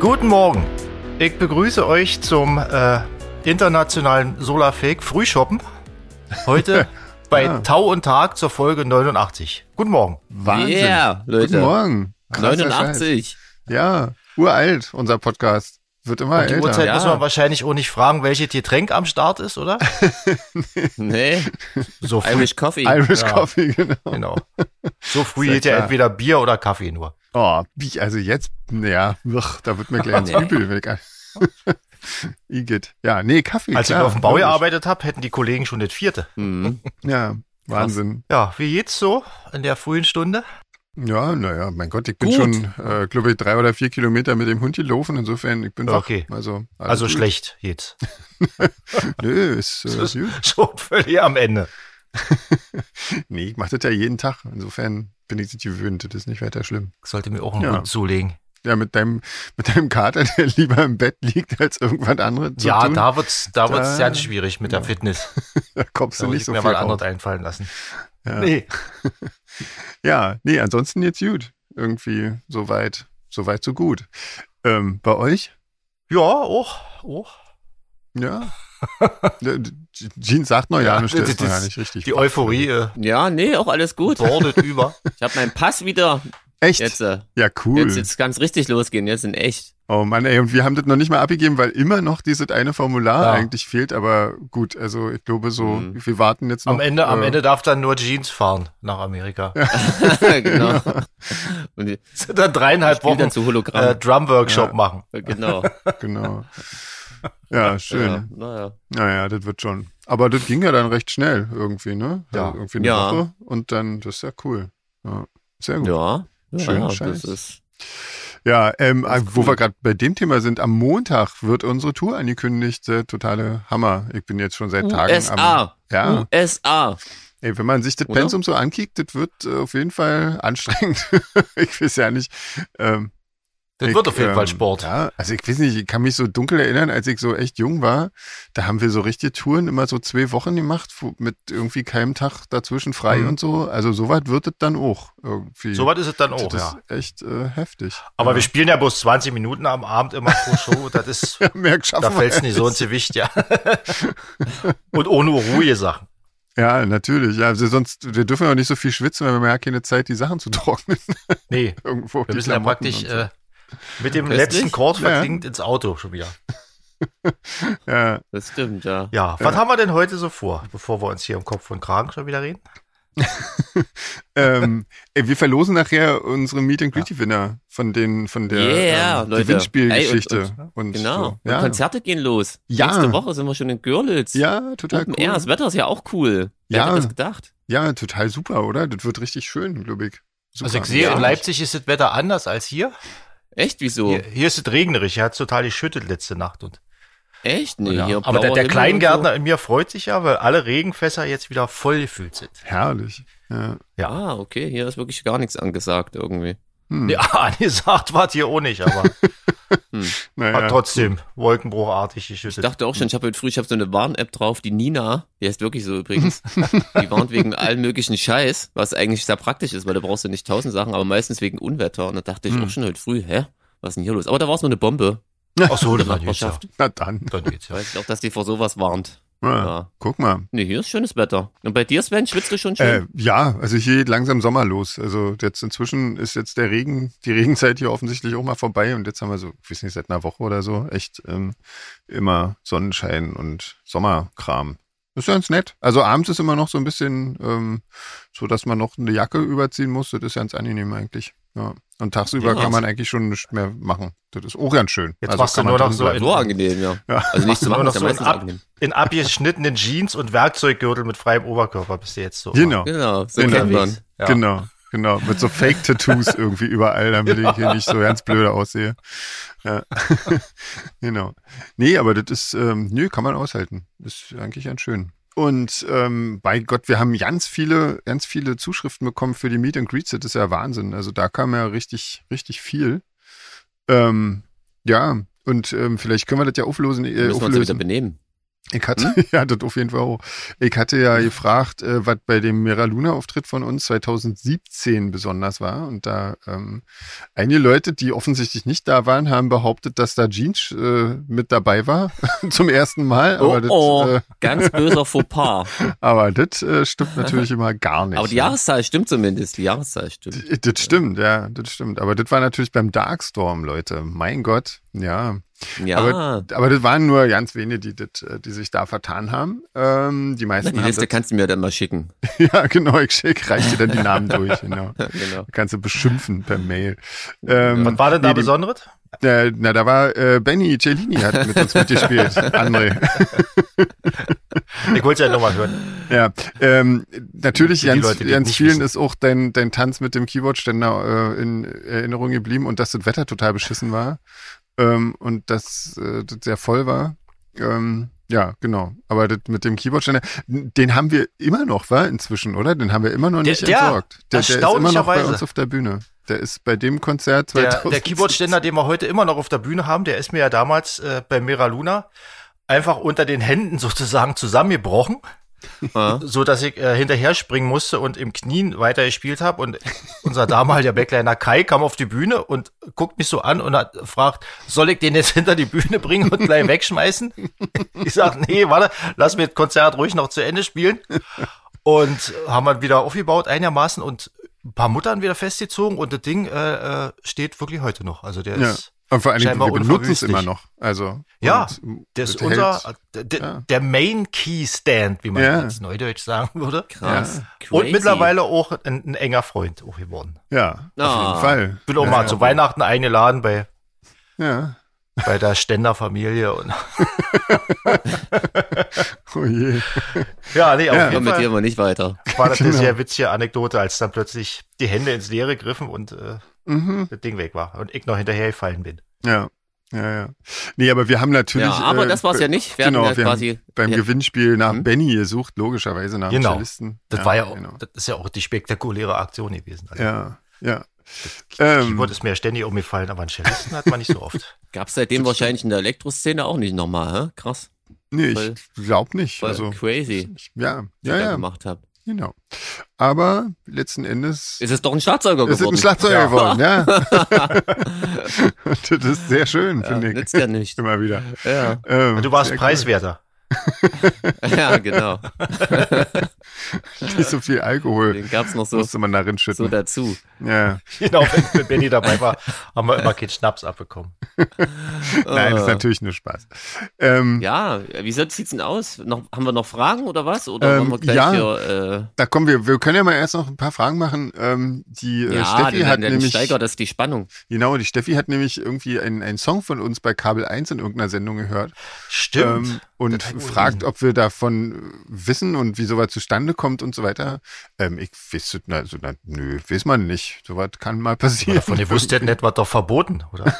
Guten Morgen. Ich begrüße euch zum äh, internationalen Solarfake Frühshoppen. Heute bei Ja. Tau und Tag zur Folge 89. Guten Morgen. Wahnsinn. Yeah, Leute. Guten Morgen. Krasser 89. Scheiß. Ja, uralt, unser Podcast. Wird immer Die älter. Uhrzeit Ja. müssen wir wahrscheinlich auch nicht fragen, welches Getränk am Start ist, oder? Nee, So früh, Irish Coffee. Irish Ja. Coffee, genau. genau. So früh Sehr geht ja klar. entweder Bier oder Kaffee nur. Oh, wie- also jetzt, ja, uch, da wird mir gleich ins Nee. Übel weg. Igitt. Ja, nee, Kaffee. Als klar, ich auf dem Bau logisch. gearbeitet habe, hätten die Kollegen schon das vierte. Mhm. Ja, Wahnsinn. Ja, wie geht's so in der frühen Stunde? Ja, naja, mein Gott, ich bin Gut. schon, äh, glaube ich, drei oder vier Kilometer mit dem Hund gelaufen. Insofern, ich bin wach. Okay. Also, alles Also gut. schlecht geht's. Nö, ist, äh, Das ist- gut. Schon völlig am Ende. Nee, ich mache das ja jeden Tag. Insofern bin ich das gewöhnt. Das ist nicht weiter schlimm. Ich sollte mir auch einen Ja. Hund zulegen. Ja, mit deinem, mit deinem Kater, der lieber im Bett liegt als irgendwas anderes zu ja, tun. da wird's, da wird's Da- ganz schwierig mit der Fitness. da kommst Da du muss nicht ich so mir viel mal raus. anderes einfallen lassen. Ja. Nee, ja, nee, ansonsten jetzt gut. Irgendwie so weit, so weit, so gut. Ähm, bei euch? Ja, auch, auch. Ja. Ja, Jean sagt noch ja, Ja, nicht, das- das ist noch das- ja nicht richtig. Die Euphorie äh, Ja, nee, auch alles gut. bordet über. Ich habe meinen Pass wieder. echt? Jetzt, äh, ja, cool. jetzt, jetzt kann's richtig losgehen, jetzt in echt. Oh Mann, ey, und wir haben das noch nicht mal abgegeben, weil immer noch dieses eine Formular Ja. eigentlich fehlt, aber gut, also ich glaube so, Mhm. wir warten jetzt noch. Am Ende, am äh, Ende darf dann nur Jeans fahren nach Amerika. genau. Und die Dann dreieinhalb Spiel Wochen dann zu äh, Hologramm. Drum-Workshop Ja. machen. genau. Genau. Ja, schön. Ja, naja. Naja, das wird schon. Aber das ging ja dann recht schnell irgendwie, ne? Ja. Also irgendwie eine Ja. Woche und dann, das ist ja cool. Ja, sehr gut. Ja, ja. ja Schöner das Scheiß. ist. ähm, Das ist wo cool. wir gerade bei dem Thema sind, am Montag wird unsere Tour angekündigt. Der totale Hammer. Ich bin jetzt schon seit Tagen am. USA. Ja, USA. ey, wenn man sich das Oder? Pensum so ankickt, das wird äh, auf jeden Fall anstrengend. ich weiß ja nicht. Ähm, Das Ich, wird auf jeden ähm, Fall Sport. Ja, also ich weiß nicht, ich kann mich so dunkel erinnern, als ich so echt jung war, da haben wir so richtige Touren immer so zwei Wochen gemacht, wo, mit irgendwie keinem Tag dazwischen frei Mhm. und so. Also soweit wird es dann auch irgendwie. So was ist es dann das auch, ja. ist echt äh, heftig. Aber ja. wir spielen ja bloß 20 Minuten am Abend immer pro Show. Das ist, ja, merk, schaffen da wir fällt's nicht so ins Gewicht, ja. Und ohne ruhige Sachen. Ja, natürlich. Ja, also sonst, wir dürfen ja auch nicht so viel schwitzen, weil wir haben ja keine Zeit, die Sachen zu trocknen. Nee, wir Irgendwo. die müssen ja Klamotten praktisch und äh, mit dem Köstlich? letzten Chord Ja. verklingt ins Auto schon wieder. So. Ja. Das stimmt, ja. Ja, was haben wir denn heute so vor, bevor wir uns hier im Kopf und Kragen schon wieder reden? ähm, ey, wir verlosen nachher unsere Meet and Greet Winner von den, von der Yeah, ähm, Leute. Ey, Gewinnspielgeschichte. und- und, Genau. So. Ja. Und Konzerte gehen los. Ja. Nächste Woche sind wir schon in Görlitz. Ja, total Open cool. Air, das Wetter ist ja auch cool. Wer Ja. hätte das gedacht? Ja, total super, oder? Das wird richtig schön, glaube ich. Super. Also ich sehe, Ja. in Leipzig ist das Wetter anders als hier. Echt, wieso? Hier, hier ist es regnerisch, hier hat es total geschüttet letzte Nacht. Und, Echt? Nee, ja. hier Aber der, blauer der Himmel Kleingärtner in mir freut sich ja, weil alle Regenfässer jetzt wieder voll gefüllt sind. Herrlich. Ja. Und so. Ah, okay, hier ist wirklich gar nichts angesagt irgendwie. Hm. Ja, angesagt war es hier auch nicht, aber war naja. trotzdem wolkenbruchartig Ich geschüttet. dachte auch schon, ich habe heute früh, ich habe so eine Warn-App drauf, die Nina, die heißt wirklich so übrigens, die warnt wegen allen möglichen Scheiß, was eigentlich sehr praktisch ist, weil da brauchst du nicht tausend Sachen, aber meistens wegen Unwetter. Und da dachte ich Hm. auch schon heute früh, hä? Was ist denn hier los? Aber da war es nur eine Bombe. Ach so, in dann der geht's ja. Nachbarschaft. Na dann. Dann geht's ja. Weiß ich auch, dass die vor sowas warnt. Ah. Ja. Ja. Guck mal. Nee, hier ist schönes Wetter. Und bei dir, Sven, schwitzt du schon Äh, Ähm. schön? ja, also hier geht langsam Sommer los. Also jetzt inzwischen ist jetzt der Regen, die Regenzeit hier offensichtlich auch mal vorbei und jetzt haben wir so, ich weiß nicht, seit einer Woche oder so, echt ähm, immer Sonnenschein und Sommerkram. Ist ganz nett. Also abends ist immer noch so ein bisschen, ähm, so dass man noch eine Jacke überziehen muss. Das ist ganz angenehm eigentlich. Ja. Und tagsüber Ja. kann man eigentlich schon nicht mehr machen. Das ist auch ganz schön. Also Jetzt machst du kann man nur noch drin so bleiben. so angenehm, ja. Ja. Also nicht zu Nur machen, noch ist ja so ein meistens Ab- angenehm. In abgeschnittenen Jeans und Werkzeuggürtel mit freiem Oberkörper bist du jetzt so. Genau. Genau, so Genau. kennt man. Ja. Genau, genau. Mit so Fake-Tattoos irgendwie überall, damit ich hier nicht so ganz blöde aussehe. Ja. genau. Nee, aber das ist, ähm, nö, kann man aushalten. Ist eigentlich ganz schön. Und ähm, bei Gott, wir haben ganz viele, ganz viele Zuschriften bekommen für die Meet and Greets. Das ist ja Wahnsinn. Also da kam ja richtig, richtig viel. Ähm, ja, und ähm, vielleicht können wir das ja auflösen. Äh, Müssen wir uns ja wieder auflösen. benehmen. Ich hatte, Hm? ja, das auf jeden Fall auch. Ich hatte ja gefragt, äh, was bei dem Mira Luna Auftritt von uns 2017 besonders war. Und da ähm, einige Leute, die offensichtlich nicht da waren, haben behauptet, dass da Jeans äh, mit dabei war zum ersten Mal. Oh, Aber das, oh äh, ganz böser Fauxpas. aber das äh, stimmt natürlich immer gar nicht. Aber die ja. Jahreszahl stimmt zumindest. Die Jahreszahl stimmt. D- Das stimmt, ja, das stimmt. Aber das war natürlich beim Darkstorm, Leute. Mein Gott, ja. Ja, Aber, aber das waren nur ganz wenige, die, das, äh, die sich da vertan haben. Ähm, die na, meisten die haben Liste kannst du mir dann mal schicken. das, ja genau, ich schick, reich dir dann die Namen durch, genau. Genau. Kannst du beschimpfen per Mail. Ähm, Was Was war denn da die- Besonderes? äh, na, da war äh, Benny Cellini hat mit uns mitgespielt, André. Ich wollte es ja nochmal hören. Ja, ähm, natürlich, Für die ganz, Leute, die ganz nicht vielen wissen. ist auch dein, dein Tanz mit dem Keyboardständer äh, in Erinnerung geblieben und dass das Wetter total beschissen war ähm, und dass äh, das sehr voll war. Ähm, ja, genau. Aber das mit dem Keyboardständer, den haben wir immer noch, war inzwischen, oder? Den haben wir immer noch Der- nicht der- entsorgt. Der, der ist immer noch bei erstaunlicherweise. uns auf der Bühne. Der ist bei dem Konzert Der, 2000. der Keyboardständer, den wir heute immer noch auf der Bühne haben, der ist mir ja damals äh, bei Mira Luna einfach unter den Händen sozusagen zusammengebrochen, Ja. so dass ich äh, hinterher springen musste und im Knien weiter gespielt habe. Und unser damaliger Backliner Kai kam auf die Bühne und guckt mich so an und hat fragt, soll ich den jetzt hinter die Bühne bringen und gleich wegschmeißen? Ich sag, nee, warte, lass mir das Konzert ruhig noch zu Ende spielen. Und haben wir wieder aufgebaut einigermaßen und ein paar Muttern wieder festgezogen und das Ding äh, äh, steht wirklich heute noch. Also der Ja. ist Und vor allen Dingen, scheinbar wir benutzen es unverwüstlich. immer noch. Also, Ja, und, der, ist das hält. unser, der- der, Ja. der Main Key Stand, wie man Ja. jetzt neudeutsch sagen würde. Krass. Und Crazy. mittlerweile auch ein, ein enger Freund auch geworden. Ja, auf Ah. jeden Fall. Bin auch ja, mal zu Weihnachten eingeladen bei, Ja. bei der Ständerfamilie. Und, Oh je. ja, nee, auf Ja. Ja, jeden mit dir Fall mal nicht weiter. war das eine Genau. sehr witzige Anekdote, als dann plötzlich die Hände ins Leere griffen und äh, Mhm. das Ding weg war und ich noch hinterher gefallen bin. Ja. Ja, ja. Nee, aber wir haben natürlich. Ja, aber äh, das war's ja nicht. Wir genau, hatten ja wir quasi. Beim ja. Gewinnspiel nach Hm? Benny gesucht, logischerweise nach Genau. Cellisten. Das war ja auch, Genau. Ähm. das ist ja auch die spektakuläre Aktion gewesen. Also, Ja, ja. Ich Ähm, wurde es mir ständig umgefallen, aber einen Cellisten hat man nicht so oft. Gab's seitdem wahrscheinlich in der Elektroszene auch nicht nochmal, hä? Krass. nee, voll- ich glaube nicht. Voll Also, crazy, ja, was ja, ihr da ja, gemacht habt. genau. Aber letzten Endes Ist es doch ein Schlagzeuger ist es geworden. ein Schlagzeuger Ja. geworden, ja. das ist sehr schön, ja, finde ich. nützt ja nicht. Immer wieder. Ja, Ähm, Du warst sehr preiswerter. ja genau. Cool. Nicht so viel Alkohol Den gab's noch so, musste man darin so schütten. dazu. ja. Genau, wenn, wenn Benny dabei war, haben wir immer keinen Schnaps abbekommen. Nein, das ist Äh. natürlich nur Spaß. Ähm, Ja, wie sieht- sieht's denn aus? Noch, haben wir noch Fragen oder was? Oder Ähm, wollen wir gleich ja. hier, äh, Da kommen wir, wir können ja mal erst noch ein paar Fragen machen. Ähm, die äh, äh, ja, Steffi dann, hat dann nämlich, steigert das die Spannung. genau, die Steffi hat nämlich irgendwie einen, einen Song von uns bei Kabel 1 in irgendeiner Sendung gehört Stimmt. ähm, und Das hat wohl fragt, Sinn. ob wir davon äh, wissen und wie sowas zustande kommt und so weiter. Ähm, ich wüsste, na, so, na, nö, weiß man nicht. Sowas kann mal passieren. Oder von ihr wusste hätten etwa doch verboten, oder?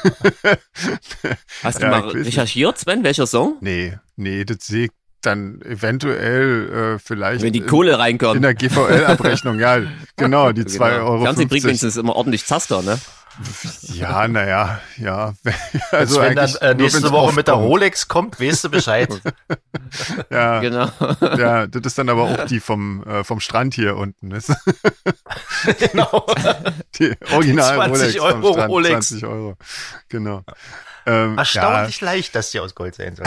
Hast du Ja, mal ich weiß recherchiert, Sven, welcher Song? Nee, nee, das sehe ich dann eventuell äh, vielleicht Wenn die in- Kohle in reinkommt. der GVL-Abrechnung, ja, genau, die 2,50 Genau. Euro. Fernsehen bringt wenigstens immer ordentlich Zaster, ne? Ja, naja, ja. Also wenn dann eigentlich äh, nur, nächste wenn's Woche mit der aufkommt. Rolex kommt, weißt du Bescheid. Ja, Genau. ja, das ist dann aber auch die vom, äh, vom Strand hier unten. Das ist genau. die original 20 Rolex. vom Euro Strand, Rolex. 20 Euro. Genau. Ähm, Erstaunlich leicht, dass die aus Gold sein soll.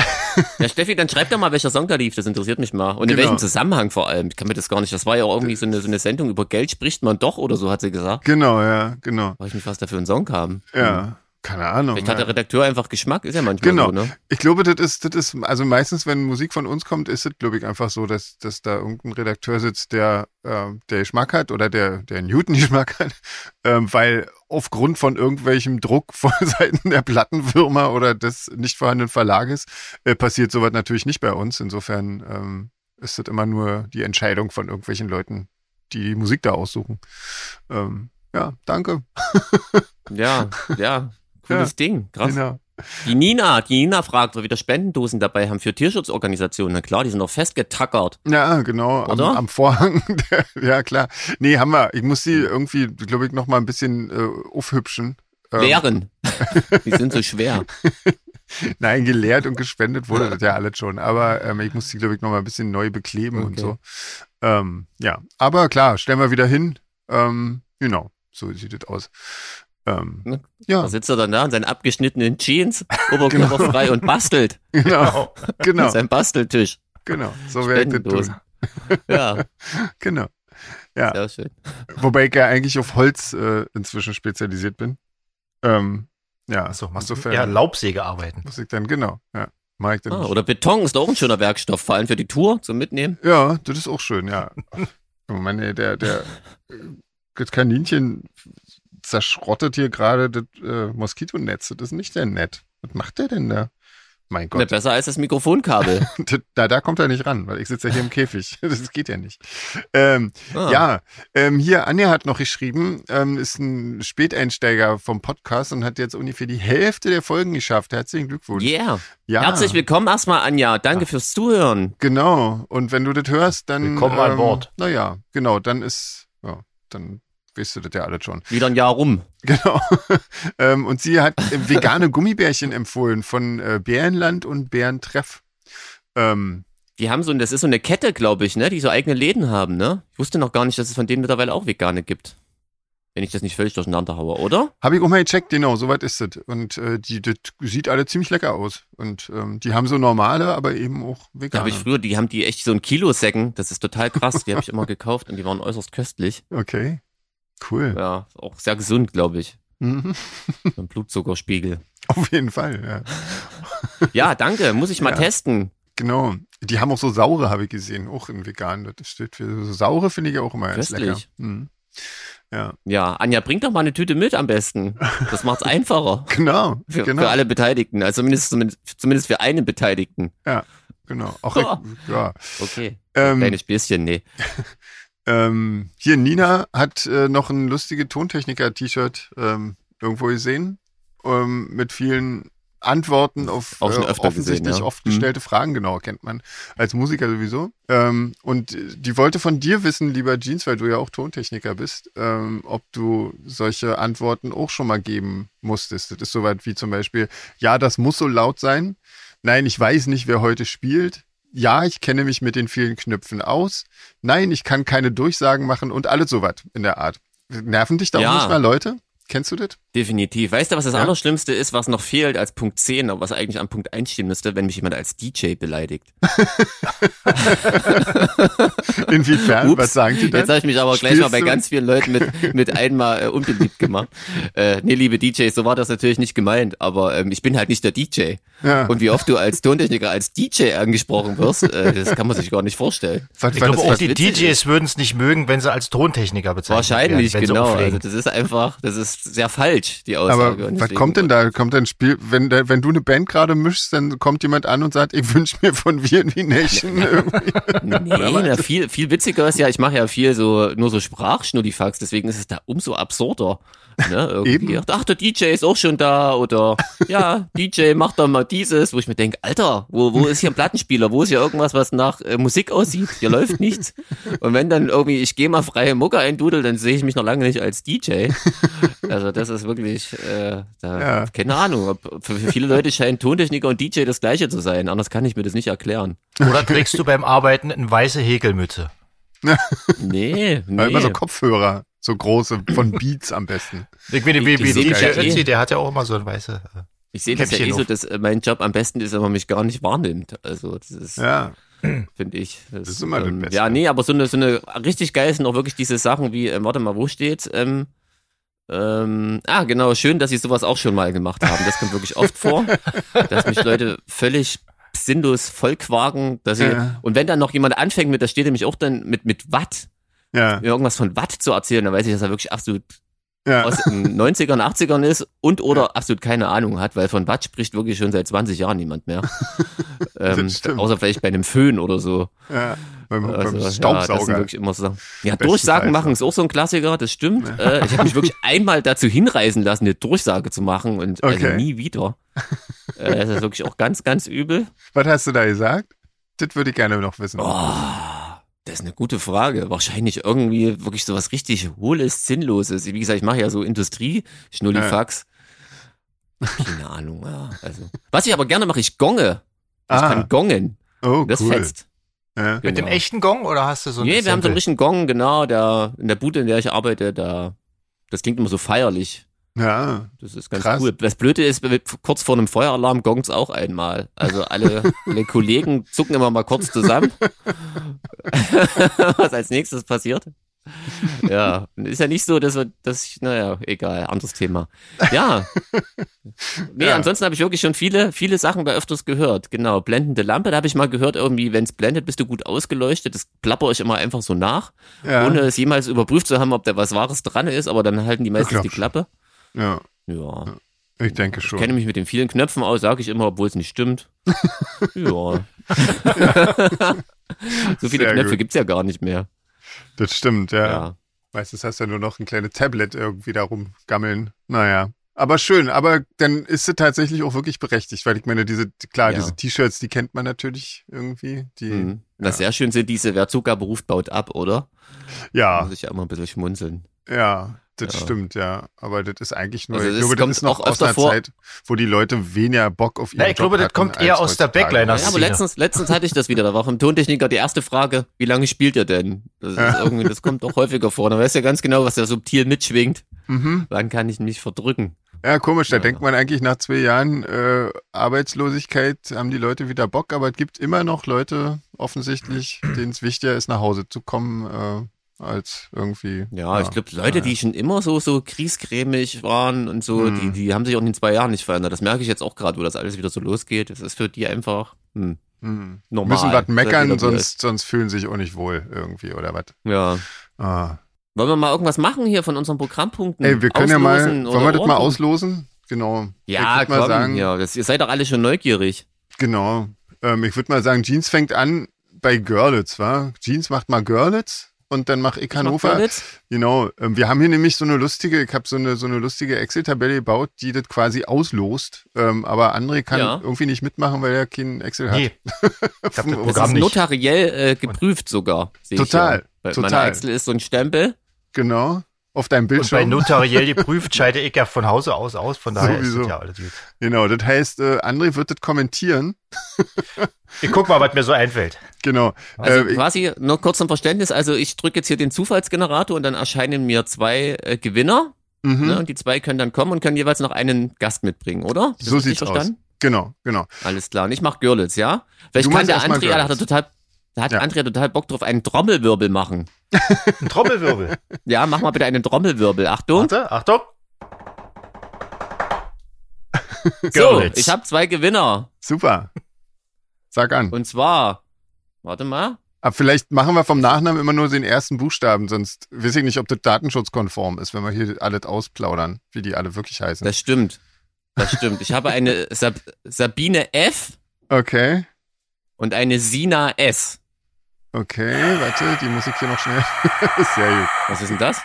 Ja, Steffi, dann schreib doch mal, welcher Song da lief. Das interessiert mich mal. Und in Genau. welchem Zusammenhang vor allem? Ich kann mir das gar nicht. Das war ja auch irgendwie so eine, so eine Sendung über Geld spricht man doch oder so, hat sie gesagt. Ja, genau, ja, genau. Weiß ich nicht, was da für ein Song kam. Hm. Hm. Ja, keine Ahnung. ne? Vielleicht hat der ja. Redakteur einfach Geschmack, ist ja manchmal Genau. so, ne? Ich glaube, das ist, das ist, also meistens, wenn Musik von uns kommt, ist es, glaube ich, einfach so, dass, dass da irgendein Redakteur sitzt, der, äh, der Geschmack hat oder der, der Newton-Geschmack hat, ähm, weil aufgrund von irgendwelchem Druck von Seiten der Plattenfirma oder des nicht vorhandenen Verlages äh, passiert sowas natürlich nicht bei uns. Insofern ähm, ist das immer nur die Entscheidung von irgendwelchen Leuten, die die Musik da aussuchen. Ähm, ja, danke. Ja, ja. Cooles Ding, krass. Genau. Die Nina, die Nina fragt, ob wir wieder Spendendosen dabei haben für Tierschutzorganisationen. Na klar, die sind doch festgetackert. Ja, genau, am, Oder? am Vorhang. Der, ja, klar. Nee, haben wir. Ich muss die irgendwie, glaube ich, noch mal ein bisschen äh, aufhübschen. Ähm, Wären. Die sind so schwer. Nein, gelehrt und gespendet wurde das ja alles schon. Aber ähm, ich muss die, glaube ich, nochmal ein bisschen neu bekleben und Okay. so. Ähm, ja, aber klar, stellen wir wieder hin. Ähm, genau, so sieht es aus. Ähm, Ne? ja, Da sitzt er dann da in seinen abgeschnittenen Jeans, oberkörperfrei und bastelt. genau, Genau. genau, Sein Basteltisch. genau. So werde ich das tun. Spendendosen. Ja, Genau. sehr schön. Wobei ich ja eigentlich auf Holz äh, inzwischen spezialisiert bin. Ähm, ja, Achso, also machst du insofern ja, Laubsäge arbeiten. muss ich dann, genau. Ja, mag ich dann Ah, nicht. oder Beton ist auch ein schöner Werkstoff, vor allem für die Tour zum Mitnehmen. Ja, das ist auch schön, ja. Oh Mann, ey, der, der, äh, das Kaninchen zerschrottet hier gerade das äh, Moskitonetz. Das ist nicht sehr nett. Was macht der denn da? Mein Ja, Gott, besser als das Mikrofonkabel. das- da, da kommt er nicht ran, weil ich sitze ja hier im Käfig. Das geht ja nicht. Ähm, Ah, Ja, ähm, hier, Anja hat noch geschrieben, ähm, ist ein Späteinsteiger vom Podcast und hat jetzt ungefähr die Hälfte der Folgen geschafft. Herzlichen Glückwunsch. Yeah. Ja, Herzlich willkommen erstmal, Anja. Danke fürs Zuhören. Genau. Und wenn du das hörst, dann. Willkommen an Bord. Naja, genau, dann ist, ja, dann weißt du das ja alles schon. Wieder ein Jahr rum. Genau. ähm, und sie hat äh, vegane Gummibärchen empfohlen von äh, Bärenland und Bärentreff. Ähm, Die haben so, ein- das ist so eine Kette, glaube ich, ne, die so eigene Läden haben, ne? Ich wusste noch gar nicht, dass es von denen mittlerweile auch Vegane gibt. Wenn ich das nicht völlig durcheinander haue, oder? Habe ich auch mal gecheckt, genau, soweit ist das. Und äh, die, das sieht alle ziemlich lecker aus. Und ähm, die haben so normale, aber eben auch Da vegane. habe ich früher, die haben die echt so ein Kilo Säcken, das ist total krass, die habe ich immer gekauft und die waren äußerst köstlich. Okay. Cool. Ja, auch sehr gesund, glaube ich. Mhm. So ein Blutzuckerspiegel. Auf jeden Fall, ja. Ja, danke, muss ich mal Ja. testen. Genau. Die haben auch so saure, habe ich gesehen, auch in vegan. Das steht für so saure, finde ich auch immer ganz lecker. Köstlich. Mhm. Ja, Anja, bring doch mal eine Tüte mit am besten. Das macht's einfacher. Genau, Für, genau, für alle Beteiligten, also zumindest, zumindest, zumindest für einen Beteiligten. genau. Auch Ja. ich, ja. Okay, Ähm, kleines Bierchen, nee. ähm, hier Nina hat äh, noch ein lustige Tontechniker-T-Shirt ähm, irgendwo gesehen ähm, mit vielen Antworten auf Auch schon äh, öfter offensichtlich gesehen, ja. oft Mhm. gestellte Fragen, genau, kennt man als Musiker sowieso. Ähm, und äh, die wollte von dir wissen, lieber Jeans, weil du ja auch Tontechniker bist, ähm, ob du solche Antworten auch schon mal geben musstest. Das ist soweit wie zum Beispiel, ja, das muss so laut sein. Nein, ich weiß nicht, wer heute spielt. Ja, ich kenne mich mit den vielen Knöpfen aus. Nein, ich kann keine Durchsagen machen und alles sowas in der Art. Nerven dich da Ja. auch manchmal Leute? Kennst du das? Definitiv. Weißt du, was das Ja? Allerschlimmste ist, was noch fehlt als Punkt 10, aber was eigentlich am Punkt 1 stehen müsste, wenn mich jemand als DJ beleidigt? Inwiefern? Ups. Was sagen die Jetzt denn? habe ich mich aber gleich Spielst mal bei du? ganz vielen Leuten mit, mit einmal äh, unbeliebt gemacht. Äh, nee, liebe DJs, so war das natürlich nicht gemeint, aber ähm, ich bin halt nicht der DJ. Ja. Und wie oft du als Tontechniker als DJ angesprochen wirst, äh, das kann man sich gar nicht vorstellen. Was, Ich war glaube, das, auch was, die witzig DJs würden es nicht mögen, wenn sie als Tontechniker bezeichnet Wahrscheinlich, werden. wenn sie genau. auflegen. Also das ist einfach, das ist sehr falsch, die Aussage. aber Und was deswegen- kommt denn da? Kommt denn Spiel, wenn, da- wenn du eine Band gerade mischst, dann kommt jemand an und sagt, ich wünsche mir von V&V Nation irgendwie. Nee, na, viel, viel witziger ist ja, ich mache ja viel so, nur so Sprachschnurdifax, deswegen ist es da umso absurder. Ne, irgendwie. Eben. Ach, der DJ ist auch schon da oder ja, DJ, mach doch mal dieses, wo ich mir denke, Alter, wo, wo ist hier ein Plattenspieler? Wo ist hier irgendwas, was nach äh, Musik aussieht? Hier läuft nichts. Und wenn dann irgendwie, ich gehe mal freie Mucke eindudel, dann sehe ich mich noch lange nicht als DJ. Also das ist wirklich, äh, da, Ja. keine Ahnung. ob- Für für viele Leute scheinen Tontechniker und DJ das gleiche zu sein, anders kann ich mir das nicht erklären. Oder trägst du beim Arbeiten eine weiße Häkelmütze? Nee, Weil nee. Immer so Kopfhörer, so große, von Beats am besten. Ich meine, wie, Die wie sind DJ geil. Ötzi, der hat ja auch immer so ein weiße. äh, Ich sehe das ja Käppchen eh so, auf. dass äh, mein Job am besten ist, wenn man mich gar nicht wahrnimmt. Also das ist, Ja, finde ich. Das, ist immer das ähm, Beste. Ja, nee, aber so eine, so eine richtig geil sind auch wirklich diese Sachen wie, ähm, warte mal, wo steht's? Ähm, ähm, ah, genau, schön, dass sie sowas auch schon mal gemacht haben. Das kommt wirklich oft vor, dass mich Leute völlig sinnlos vollquaken, dass sie, Ja. und wenn dann noch jemand anfängt mit, da steht nämlich auch dann mit, mit Watt, ja, irgendwas von Watt zu erzählen, dann weiß ich, dass er wirklich absolut ja. aus den 90ern, 80ern ist und oder absolut keine Ahnung hat, weil von Watt spricht wirklich schon seit 20 Jahren niemand mehr. ähm, Das stimmt. außer vielleicht bei einem Föhn oder so. ja. Beim, Also, beim Ja, das sind Staubsauger. wirklich immer so Sachen. Ja, Besten Durchsagen Fall, machen ja. ist auch so ein Klassiker, das stimmt. Äh, ich habe mich wirklich einmal dazu hinreißen lassen, eine Durchsage zu machen und also Okay. nie wieder. Äh, das ist wirklich auch ganz, ganz übel. was hast du da gesagt? Das würde ich gerne noch wissen. Oh, das ist eine gute Frage. Wahrscheinlich irgendwie wirklich sowas richtig Hohles, Sinnloses. Wie gesagt, ich mache ja so Industrie-Schnullifax. Keine Ahnung, ja. Also. Was ich aber gerne mache, ich gonge. Ich Ah. kann gongen. Oh, Das cool. fetzt. Ja. Mit dem Genau. echten Gong oder hast du so ein Nee, wir haben so Sample? einen richtigen Gong, genau, der, in der Bude, in der ich arbeite, da, das klingt immer so feierlich. ja. Das ist ganz Krass. cool. Das Blöde ist, wir- kurz vor einem Feueralarm gongt's auch einmal. Also alle, alle Kollegen zucken immer mal kurz zusammen, was als nächstes passiert. Ja, und ist ja nicht so, dass wir, dass ich, naja, egal, anderes Thema. Ja. Nee, Ja. ansonsten habe ich wirklich schon viele, viele Sachen da öfters gehört. Genau, blendende Lampe, da habe ich mal gehört, irgendwie, wenn's blendet, bist du gut ausgeleuchtet. Das plapper ich immer einfach so nach, Ja. ohne es jemals überprüft zu haben, ob da was Wahres dran ist, aber dann halten die meistens die glaub Klappe. ja. Ja. Ich denke Ich kenne schon. mich mit den vielen Knöpfen aus, sage ich immer, obwohl es nicht stimmt. ja. so viele Sehr Knöpfe gut. gibt's ja gar nicht mehr. Das stimmt, ja. Ja. Meistens hast du ja nur noch ein kleines Tablet irgendwie da rumgammeln. Naja. Aber schön, aber dann ist sie tatsächlich auch wirklich berechtigt, weil ich meine, diese, klar, Ja. diese T-Shirts, die kennt man natürlich irgendwie. Die, Mhm. Na, sehr schön sind diese, wer Zucker beruft, baut ab, oder? Da Ja, muss ich ja immer ein bisschen schmunzeln. ja, das Also Ja. stimmt, ja. Aber das ist eigentlich nur, Also ich das glaube, das kommt ist noch auch aus öfter einer vor- Zeit, wo die Leute weniger Bock auf ihren Na, ich glaube, das Job hatten kommt eher als aus der heutzutage. Backliner- Ja, aber Szene. letztens, letztens hatte ich das wieder. Da war vom Tontechniker die erste Frage, wie lange spielt ihr denn? Das, ist irgendwie, das kommt doch häufiger vor. Da weißt du ja ganz genau, was da subtil mitschwingt. Mhm. Wann kann ich mich verdrücken? Ja, komisch, da Ja. denkt man eigentlich nach zwei Jahren äh, Arbeitslosigkeit haben die Leute wieder Bock, aber es gibt immer noch Leute, offensichtlich, denen es wichtiger ist, nach Hause zu kommen, äh, als irgendwie. Ja, ich glaube, Leute, die schon immer so, so kriescremig waren und so, Hm. die, die haben sich auch in den zwei Jahren nicht verändert. Das merke ich jetzt auch gerade, wo das alles wieder so losgeht. Das ist für die einfach hm, Hm. normal. Müssen was meckern, Dass das wieder sonst, sonst fühlen sich auch nicht wohl irgendwie, oder was? so ist. Ja. Ah. Wollen wir mal irgendwas machen hier von unseren Programmpunkten? Ey, wir können ja mal, Auslosen wollen oder wir das mal ordnen? auslosen? Genau. Ja, ich würd mal komm, sagen, ja, das, ihr seid doch alle schon neugierig. genau. Ähm, ich würde mal sagen, Jeans fängt an bei Görlitz, wa? Jeans macht mal Görlitz und dann mach ich Hannover. Macht ihr das? Genau, ähm, wir haben hier nämlich so eine lustige, ich habe so eine, so eine lustige Excel-Tabelle gebaut, die das quasi auslost. Ähm, aber André kann Ja. irgendwie nicht mitmachen, weil er keinen Excel hat. Nee, ich hab das Das Das Programm ist nicht. notariell äh, geprüft sogar. seh ich Oh, Total, hier. Bei total. meiner Excel ist so ein Stempel. Genau, auf deinem Und bei Bildschirm. notariell geprüft scheide ich ja von Hause aus aus, von daher ist Sowieso. das ja alles gut. genau, das heißt, äh, André wird das kommentieren. Ich guck mal, was mir so einfällt. Genau. Also äh, ich, quasi, nur kurz zum Verständnis, also ich drücke jetzt hier den Zufallsgenerator und dann erscheinen mir zwei äh, Gewinner. mhm, Ne? Und die zwei können dann kommen und können jeweils noch einen Gast mitbringen, oder? Hab ich das so richtig sieht's aus. Genau, genau. Alles klar. Und ich mach Görlitz, ja? Vielleicht Du kann machst der erst mal André, da hat er Görlitz. total, da hat Ja. André total Bock drauf, einen Trommelwirbel machen. Ein Trommelwirbel. Ja, mach mal bitte einen Trommelwirbel. Achtung. Warte, Achtung. So, Görlitz. ich habe zwei Gewinner. Super. Sag an. Und zwar, warte mal. Aber vielleicht machen wir vom Nachnamen immer nur den ersten Buchstaben, sonst weiß ich nicht, ob das datenschutzkonform ist, wenn wir hier alles ausplaudern, wie die alle wirklich heißen. Das stimmt. Das stimmt. Ich habe eine Sab Sabine F Okay, und eine Sina S. okay, warte, die muss ich hier noch schnell. Sehr gut. Was ist denn das?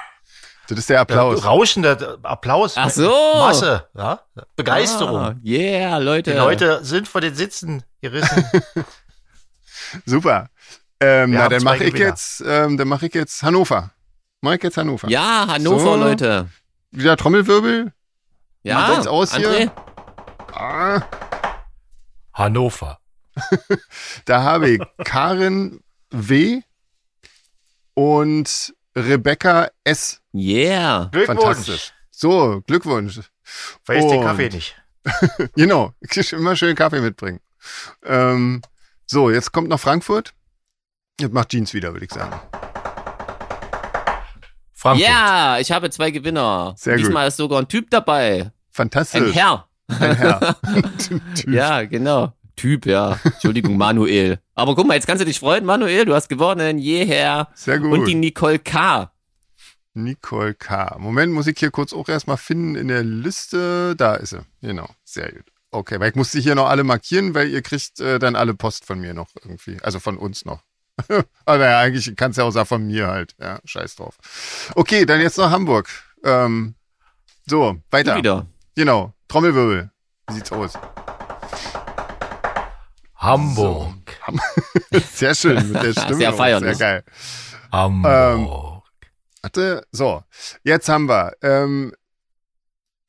Das ist der Applaus. Rauschender Applaus. Ach so. Masse. Ja? Begeisterung. Ah, yeah, Leute. Die Leute sind von den Sitzen gerissen. Super. Ähm, Wir na, haben dann zwei mache ich Gewinner. jetzt, ähm, dann mache ich jetzt Hannover. Mach ich jetzt Hannover. Ja, Hannover, So. Leute. Wieder Trommelwirbel. Ja, Macht jetzt aus André. hier. Ah, Hannover. da habe ich Karin W. und Rebecca S. Yeah. Glückwunsch. Fantastisch. So, Glückwunsch. Vergiss den Und- Kaffee nicht. Genau. Immer schön Kaffee mitbringen. Ähm, so, jetzt kommt noch Frankfurt. Jetzt macht Jeans wieder, würde ich sagen. Frankfurt. Ja, ich habe zwei Gewinner. Sehr gut. Diesmal ist sogar ein Typ dabei. Fantastisch. Ein Herr. Ein Herr. Typ. Ja, genau. Typ, ja. Entschuldigung, Manuel. Aber guck mal, jetzt kannst du dich freuen, Manuel. Du hast gewonnen. Yeah. Sehr gut. Und die Nicole K. Nicole K. Moment, muss ich hier kurz auch erstmal finden in der Liste. Da ist sie. Genau. Sehr gut. Okay, weil ich musste hier noch alle markieren, weil ihr kriegt äh, dann alle Post von mir noch irgendwie. Also von uns noch. Aber ja, eigentlich kannst du ja auch sagen, von mir halt. Ja, scheiß drauf. Okay, dann jetzt noch Hamburg. Ähm, so, Du weiter. Wieder. Genau. Trommelwirbel. Wie sieht's aus? Hamburg. Sehr schön mit der Stimme. Sehr auch. feierlich. Sehr geil. Hamburg. Warte, so. Jetzt haben wir ähm,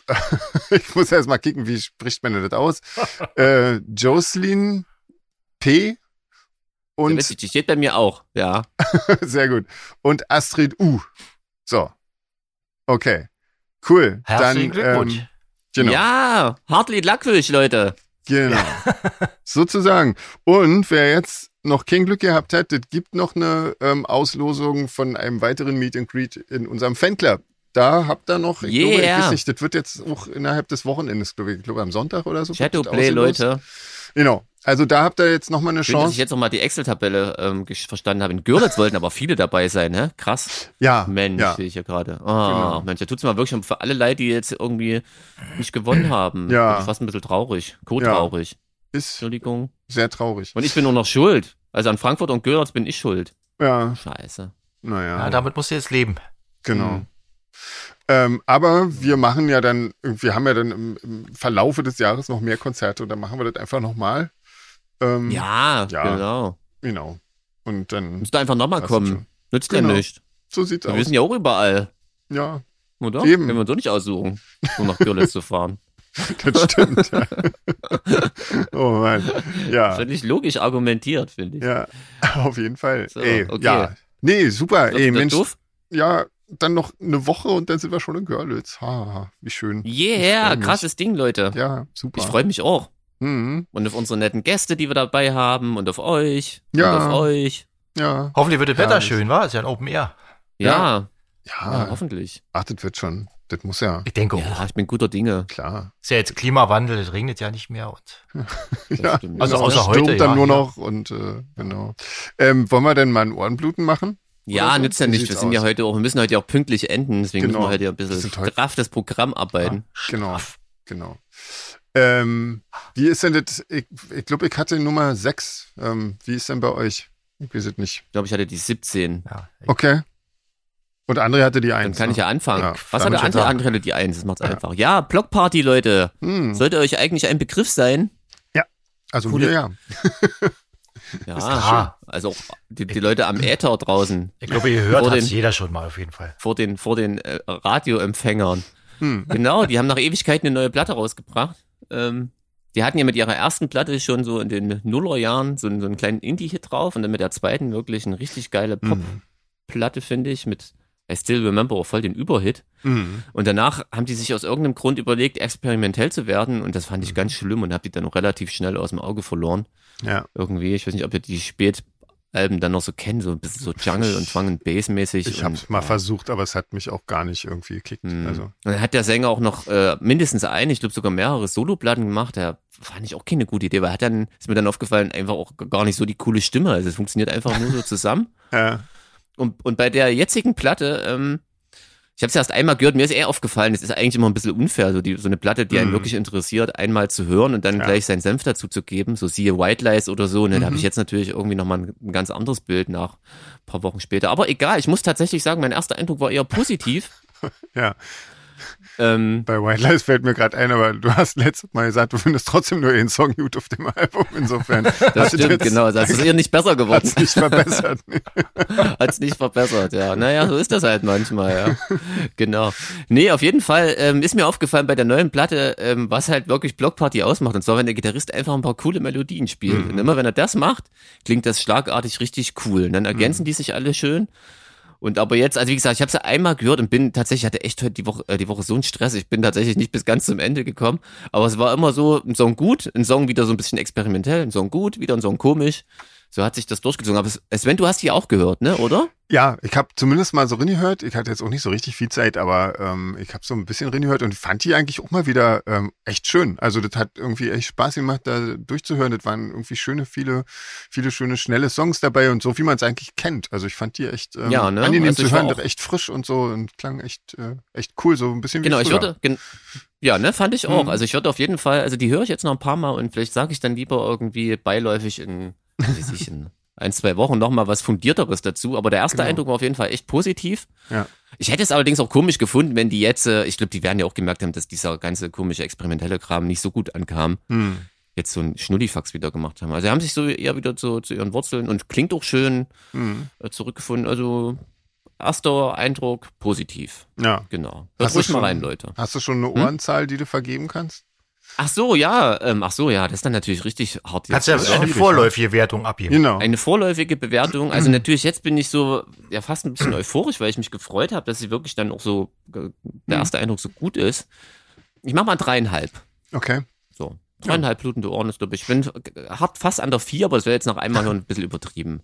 ich muss erst mal kicken, wie spricht man das aus? äh, Jocelyn P. Und und die steht bei mir auch, ja. sehr gut. Und Astrid U. So. Okay. Cool. Herzlichen Dann, Glückwunsch. Ähm, genau. Ja, Hartley Glückwunsch, Leute. Genau. Sozusagen. Und wer jetzt noch kein Glück gehabt hat, es gibt noch eine ähm, Auslosung von einem weiteren Meet and Greet in unserem Fanclub. Da habt ihr noch, ich glaube, ich Yeah. weiß nicht, das wird jetzt auch innerhalb des Wochenendes, glaube ich, ich glaube am Sonntag oder so. wird das Shadowplay, ausgelost. Leute. Genau. Also da habt ihr jetzt nochmal eine Schön, dass ich Chance. jetzt nochmal die Excel-Tabelle ähm, gesch- verstanden habe. In Görlitz wollten aber viele dabei sein, ne? Krass. Ja. Mensch, Ja. sehe ich ja gerade. Oh, Genau. Mensch, da tut's mir wirklich für alle leid, die jetzt irgendwie nicht gewonnen haben. Ja. Bin ich fast ein bisschen traurig. Ja. Co-traurig. Ist Entschuldigung. sehr traurig. Und ich bin nur noch schuld. Also an Frankfurt und Görlitz bin ich schuld. Ja, Scheiße. naja. Ja, damit musst du jetzt leben. Genau. Mhm. Ähm, aber wir machen ja dann, wir haben ja dann im, im Verlaufe des Jahres noch mehr Konzerte und dann machen wir das einfach nochmal. Ähm, Ja, Ja. genau. Genau. Und dann, Müsst ihr einfach nochmal Passt schon. kommen. Nützt Genau. ja nichts. so sieht's Wir aus. wissen ja auch überall, Ja, oder? Eben. Wenn wir uns so nicht aussuchen, um nach Görlitz zu fahren. das stimmt. ja. oh Mann. Ja, Finde ich logisch argumentiert, finde ich. ja, auf jeden Fall. So, Ey, okay. ja. Nee, super. Ist Ey, das Mensch, doof? ja, dann noch eine Woche und dann sind wir schon in Görlitz. Ha, ha, wie schön. Yeah, freu mich. krasses Ding, Leute. Ja, super. Ich freue mich auch. Mhm. Und auf unsere netten Gäste, die wir dabei haben und auf euch. Ja. Und auf euch. Ja, Hoffentlich wird das Ja, Wetter das- schön, war? Ist ja ein Open Air. Ja, Ah. ja, ja. hoffentlich. Ach, das wird schon. Das muss ja, Ich denke, oh, Ja, ich bin guter Dinge. klar. ist ja jetzt Klimawandel, es regnet ja nicht mehr und Das Ja, stimmt. Also genau. außer Es heute, Stürmt dann ja, nur ja. noch und äh, genau. Ähm, wollen wir denn mal ein Ohrenbluten machen? oder Ja, so? nützt ja Wie nichts. sieht's Wir sind ja aus? heute auch, wir müssen heute ja auch pünktlich enden, deswegen Genau. müssen wir heute ja ein bisschen Bisschen heute- straff das Programm arbeiten. Genau, genau. Ähm, wie ist denn das? Ich, ich glaube, ich hatte Nummer 6. Ähm, wie ist denn bei euch? Ich weiß es nicht. Ich glaube, ich hatte die 17. ja. Okay. Und André hatte die ne? 1. Dann kann ich ja anfangen. Ja, Was dann hat der schon andere? sagen. Andere hatte die 1, das macht's einfach. Ja, Blockparty, Leute. hm, Sollte euch eigentlich ein Begriff sein. also coole- mir ja. Ja, klar. also auch die, die Leute am Äther draußen, Ich glaube, ihr hört Vor hat den- jeder schon mal auf jeden Fall. vor den, vor den äh, Radioempfängern. Hm. Genau, die haben nach Ewigkeiten eine neue Platte rausgebracht. Ähm, die hatten ja mit ihrer ersten Platte schon so in den Nullerjahren so, einen- so einen kleinen Indie-Hit drauf und dann mit der zweiten wirklich eine richtig geile Hm. Pop-Platte, finde ich, mit I Still Remember, auch voll den Überhit. Hm. Und danach haben die sich aus irgendeinem Grund überlegt, experimentell zu werden und das fand Hm. ich ganz schlimm und habe die dann auch relativ schnell aus dem Auge verloren. Ja. Irgendwie, ich weiß nicht, ob ihr die Spätalben dann noch so kennt, so ein bisschen so Jungle und Fang and Bass-mäßig. Ich und- habe es mal ja. versucht, aber es hat mich auch gar nicht irgendwie gekickt. Mhm. Also, Und dann hat der Sänger auch noch äh, mindestens eine, ich glaube sogar mehrere Soloplatten gemacht. Da fand ich auch keine gute Idee, weil er hat dann, ist mir dann aufgefallen, einfach auch gar nicht so die coole Stimme. Also es funktioniert einfach nur so zusammen. äh, Und, und bei der jetzigen Platte, ähm, ich habe es erst einmal gehört, mir ist eher aufgefallen, es ist eigentlich immer ein bisschen unfair, so, die, so eine Platte, die einen Mhm. wirklich interessiert, einmal zu hören und dann Ja. gleich seinen Senf dazu zu geben, so siehe White Lies oder so. Ne? Da habe Mhm. ich jetzt natürlich irgendwie nochmal ein, ein ganz anderes Bild nach ein paar Wochen später. Aber egal, ich muss tatsächlich sagen, mein erster Eindruck war eher positiv. ja. ähm, Bei White Lies fällt mir gerade ein, aber du hast letztes Mal gesagt, du findest trotzdem nur einen Song gut auf dem Album. Insofern Das stimmt, genau. Das ist ihr nicht besser Hat geworden. sich verbessert. Nee. Hat's nicht verbessert, ja. Naja, so ist das halt manchmal, ja. Genau. Nee, auf jeden Fall ähm, ist mir aufgefallen bei der neuen Platte, ähm, was halt wirklich Blockparty ausmacht. Und zwar, wenn der Gitarrist einfach ein paar coole Melodien spielt. Und immer wenn er das macht, klingt das schlagartig richtig cool. Und dann ergänzen die sich alle schön. Und aber jetzt, also wie gesagt, ich habe es ja einmal gehört und bin tatsächlich, hatte echt heute die Woche, äh, die Woche so einen Stress. Ich bin tatsächlich nicht bis ganz zum Ende gekommen. Aber es war immer so, ein Song gut, ein Song wieder so ein bisschen experimentell, ein Song gut, wieder ein Song komisch. So hat sich das durchgezogen. Aber es- Sven, du hast die auch gehört, ne, oder? Ja, ich habe zumindest mal so reingehört. Ich hatte jetzt auch nicht so richtig viel Zeit, aber ähm, ich habe so ein bisschen reingehört und fand die eigentlich auch mal wieder ähm, echt schön. Also das hat irgendwie echt Spaß gemacht, da durchzuhören. Das waren irgendwie schöne, viele, viele schöne, schnelle Songs dabei und so, wie man es eigentlich kennt. Also ich fand die echt ähm, Ja, ne? angenehm Also zu ich war hören, auch- doch echt frisch und so und klang echt, äh, echt cool, so ein bisschen wie Genau, ich früher. würde. Gen ja, ne, fand ich auch. Mhm. Also ich würde auf jeden Fall, also die höre ich jetzt noch ein paar Mal und vielleicht sage ich dann lieber irgendwie beiläufig in, weiß ich, in ein, zwei Wochen nochmal was Fundierteres dazu. Aber der erste Genau. Eindruck war auf jeden Fall echt positiv. Ja. Ich hätte es allerdings auch komisch gefunden, wenn die jetzt, äh, ich glaube, die werden ja auch gemerkt haben, dass dieser ganze komische experimentelle Kram nicht so gut ankam, Hm. jetzt so einen Schnullifax wieder gemacht haben. Also sie haben Mhm. sich so eher wieder zu, zu ihren Wurzeln und klingt auch schön Hm. äh, zurückgefunden. Also Erster Eindruck positiv. Ja. Genau. Hört Hast du ruhig mal schon- rein, Leute. Hast du schon Hm? eine Ohrenzahl, die du vergeben kannst? Ach so, ja. Ähm, ach so, ja. Das ist dann natürlich richtig hart. Kannst ja jetzt. eine schwierig, vorläufige Wertung abgeben. Genau. Eine vorläufige Bewertung. Also natürlich, jetzt bin ich so ja fast ein bisschen euphorisch, weil ich mich gefreut habe, dass sie wirklich dann auch so äh, der Mhm. erste Eindruck so gut ist. Ich mach mal dreieinhalb. Okay. So. Dreieinhalb blutende Ohren ist, glaube ich. Ich bin äh, hart fast an der vier, aber das wäre jetzt noch einmal noch ein bisschen übertrieben.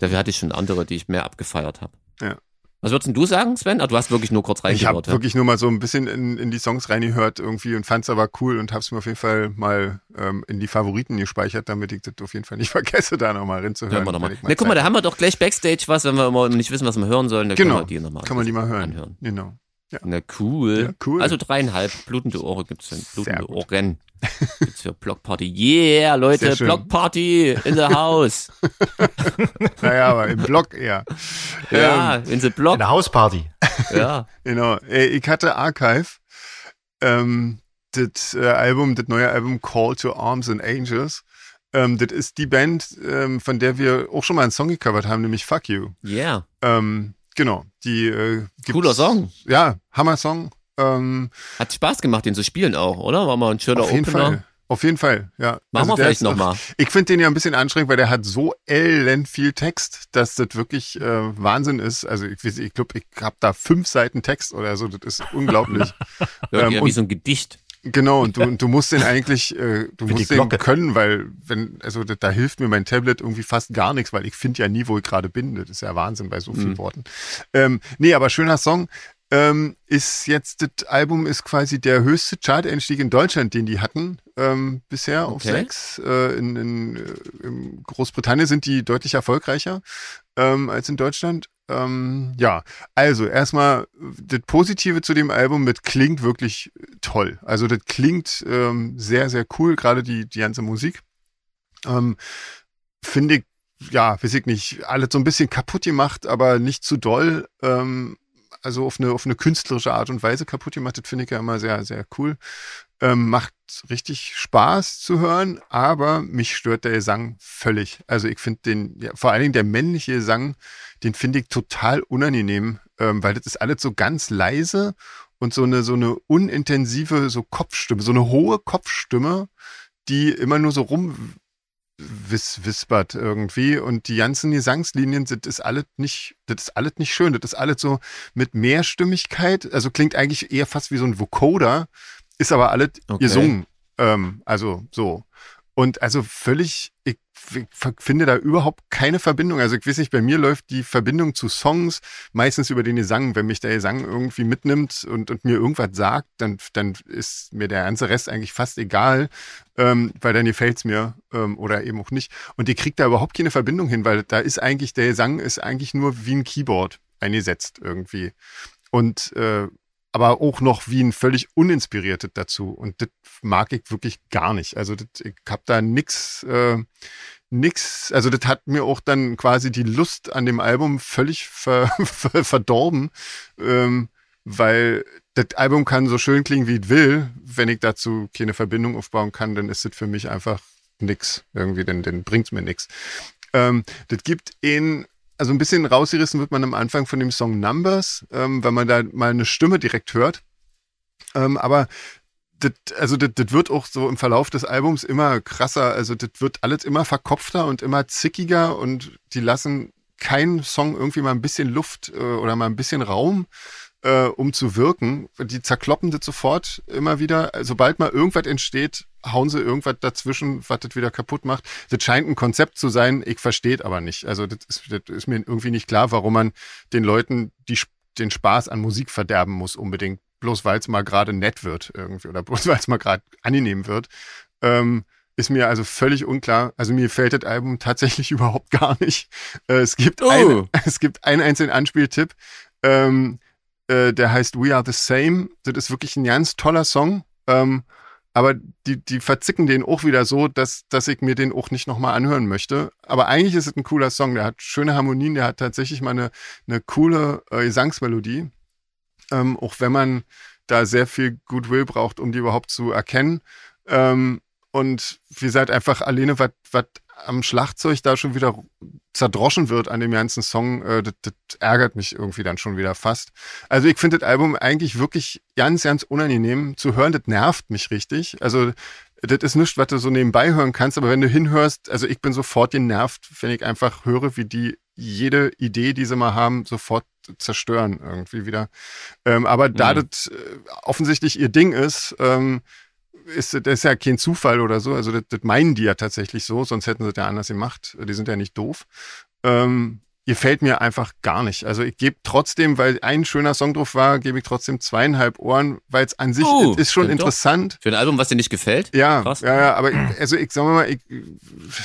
Dafür hatte ich schon andere, die ich mehr abgefeiert habe. Ja. Was würdest denn du sagen, Sven? Ah, du hast wirklich nur kurz Ich habe reingehört. ja? wirklich nur mal so ein bisschen in, in die Songs reingehört irgendwie und fand es aber cool und habe es mir auf jeden Fall mal ähm, in die Favoriten gespeichert, damit ich das auf jeden Fall nicht vergesse, da nochmal Hören reinzuhören. wir nochmal. wenn ich Na, guck mal, Zeit da haben wir doch gleich Backstage was, wenn wir immer nicht wissen, was wir hören sollen. Dann Genau. können wir die nochmal Kann man die mal hören. anhören. Genau. Na, cool. Ja, cool. Also dreieinhalb blutende Ohren gibt's denn. Blutende Sehr gut. Ohren. Gibt's für Blockparty. Yeah, Leute, Sehr schön. Blockparty in the house. Naja, aber im Blog eher. Ähm, ja, in the block. Eine Hausparty. Ja. Genau. Äh, Ich hatte Archive, ähm, das äh, Album, das neue Album Call to Arms and Angels. Ähm, das ist die Band, ähm, von der wir auch schon mal einen Song gecovert haben, nämlich Fuck You. Yeah. Ähm, genau. Die, äh, gibt's- Cooler Song. Ja, Hammer-Song. Ähm, Hat Spaß gemacht, den zu spielen auch, oder? War mal ein schöner auf jeden Opener. Fall. Auf jeden Fall, ja. Also Machen wir der ist- vielleicht nochmal. Ich finde den ja ein bisschen anstrengend, weil der hat so elend viel Text, dass das wirklich äh, Wahnsinn ist. Also ich, weiß- ich glaube, ich habe da fünf Seiten Text oder so. Das ist unglaublich. Irgendwie ähm, wie und- so ein Gedicht. Genau, und du, und du musst den eigentlich, äh, du die musst den Glocke. können, weil wenn, also da, da hilft mir mein Tablet irgendwie fast gar nichts, weil ich finde ja nie, wo ich gerade bin. Das ist ja Wahnsinn bei so Mhm. vielen Worten. Ähm, nee, aber schöner Song. Ähm, ist jetzt, das Album ist quasi der höchste Chart-Einstieg in Deutschland, den die hatten ähm, bisher auf Okay. sechs. Äh, in, in, äh, in Großbritannien sind die deutlich erfolgreicher ähm, als in Deutschland. Ähm, ja, also erstmal das Positive zu dem Album, das klingt wirklich toll. Also das klingt ähm, sehr, sehr cool, gerade die, die ganze Musik. Ähm, Finde ich, ja, weiß ich nicht, alles so ein bisschen kaputt gemacht, aber nicht zu doll. Ähm, also auf eine, auf eine künstlerische Art und Weise kaputt gemacht, das finde ich ja immer sehr, sehr cool. Ähm, macht richtig Spaß zu hören, aber mich stört der Gesang völlig. Also ich finde den, ja, vor allen Dingen der männliche Gesang, den finde ich total unangenehm, ähm, weil das ist alles so ganz leise und so eine, so eine unintensive, so Kopfstimme, so eine hohe Kopfstimme, die immer nur so rum wis wispert irgendwie und die ganzen Gesangslinien sind ist alles nicht das ist alles nicht schön das ist alles so mit Mehrstimmigkeit also klingt eigentlich eher fast wie so ein Vocoder ist aber alles Okay. gesungen ähm, also so und also völlig ich f- f- finde da überhaupt keine Verbindung also ich weiß nicht bei mir läuft die Verbindung zu Songs meistens über den Gesang wenn mich der Gesang irgendwie mitnimmt und und mir irgendwas sagt dann dann ist mir der ganze Rest eigentlich fast egal ähm, weil dann gefällt's mir ähm, oder eben auch nicht. Und die kriegt da überhaupt keine Verbindung hin, weil da ist eigentlich, der Gesang ist eigentlich nur wie ein Keyboard eingesetzt irgendwie. Und äh, aber auch noch wie ein völlig uninspiriertes dazu. Und das mag ich wirklich gar nicht. Also das, ich habe da nix, äh, nix, also das hat mir auch dann quasi die Lust an dem Album völlig ver, ver, verdorben, ähm, weil das Album kann so schön klingen, wie es will. Wenn ich dazu keine Verbindung aufbauen kann, dann ist das für mich einfach nix. Irgendwie, dann, dann bringt's mir nix. Ähm, das gibt in, also ein bisschen rausgerissen wird man am Anfang von dem Song Numbers, ähm, weil man da mal eine Stimme direkt hört. Ähm, aber das, also das, das wird auch so im Verlauf des Albums immer krasser. Also das wird alles immer verkopfter und immer zickiger und die lassen keinen Song irgendwie mal ein bisschen Luft äh, oder mal ein bisschen Raum äh, um zu wirken. Die zerkloppen das sofort immer wieder. Sobald mal irgendwas entsteht, hauen sie irgendwas dazwischen, was das wieder kaputt macht. Das scheint ein Konzept zu sein, ich verstehe aber nicht. Also das ist, das ist mir irgendwie nicht klar, warum man den Leuten die, Sp- den Spaß an Musik verderben muss unbedingt. Bloß weil es mal gerade nett wird irgendwie oder bloß weil es mal gerade angenehm wird. Ähm, ist mir also völlig unklar. Also mir fällt das Album tatsächlich überhaupt gar nicht. Äh, es, gibt Oh. ein, es gibt einen einzelnen Anspieltipp. Ähm, äh, der heißt We Are the Same. Das ist wirklich ein ganz toller Song. Ähm, aber die, die verzicken den auch wieder so, dass, dass ich mir den auch nicht nochmal anhören möchte. Aber eigentlich ist es ein cooler Song. Der hat schöne Harmonien, der hat tatsächlich mal eine, eine coole äh, Gesangsmelodie. Ähm, auch wenn man da sehr viel Goodwill braucht, um die überhaupt zu erkennen. Ähm, und wie gesagt, einfach alleine, was am Schlagzeug da schon wieder zerdroschen wird an dem ganzen Song, äh, das, das ärgert mich irgendwie dann schon wieder fast. Also ich finde das Album eigentlich wirklich ganz, ganz unangenehm zu hören. Das nervt mich richtig. Also das ist nichts, was du so nebenbei hören kannst, aber wenn du hinhörst, also ich bin sofort genervt, wenn ich einfach höre, wie die jede Idee, die sie mal haben, sofort zerstören irgendwie wieder. Ähm, aber da das äh, offensichtlich ihr Ding ist, ähm, ist das ist ja kein Zufall oder so. Also das, das meinen die ja tatsächlich so, sonst hätten sie das ja anders gemacht. Die sind ja nicht doof. Ähm, gefällt mir einfach gar nicht. Also ich gebe trotzdem, weil ein schöner Song drauf war, gebe ich trotzdem zweieinhalb Ohren, weil es an sich Oh, es ist schon stimmt doch. interessant. Für ein Album, was dir nicht gefällt? Ja, Krass. ja, ja, aber ich, also ich sag mal, ich,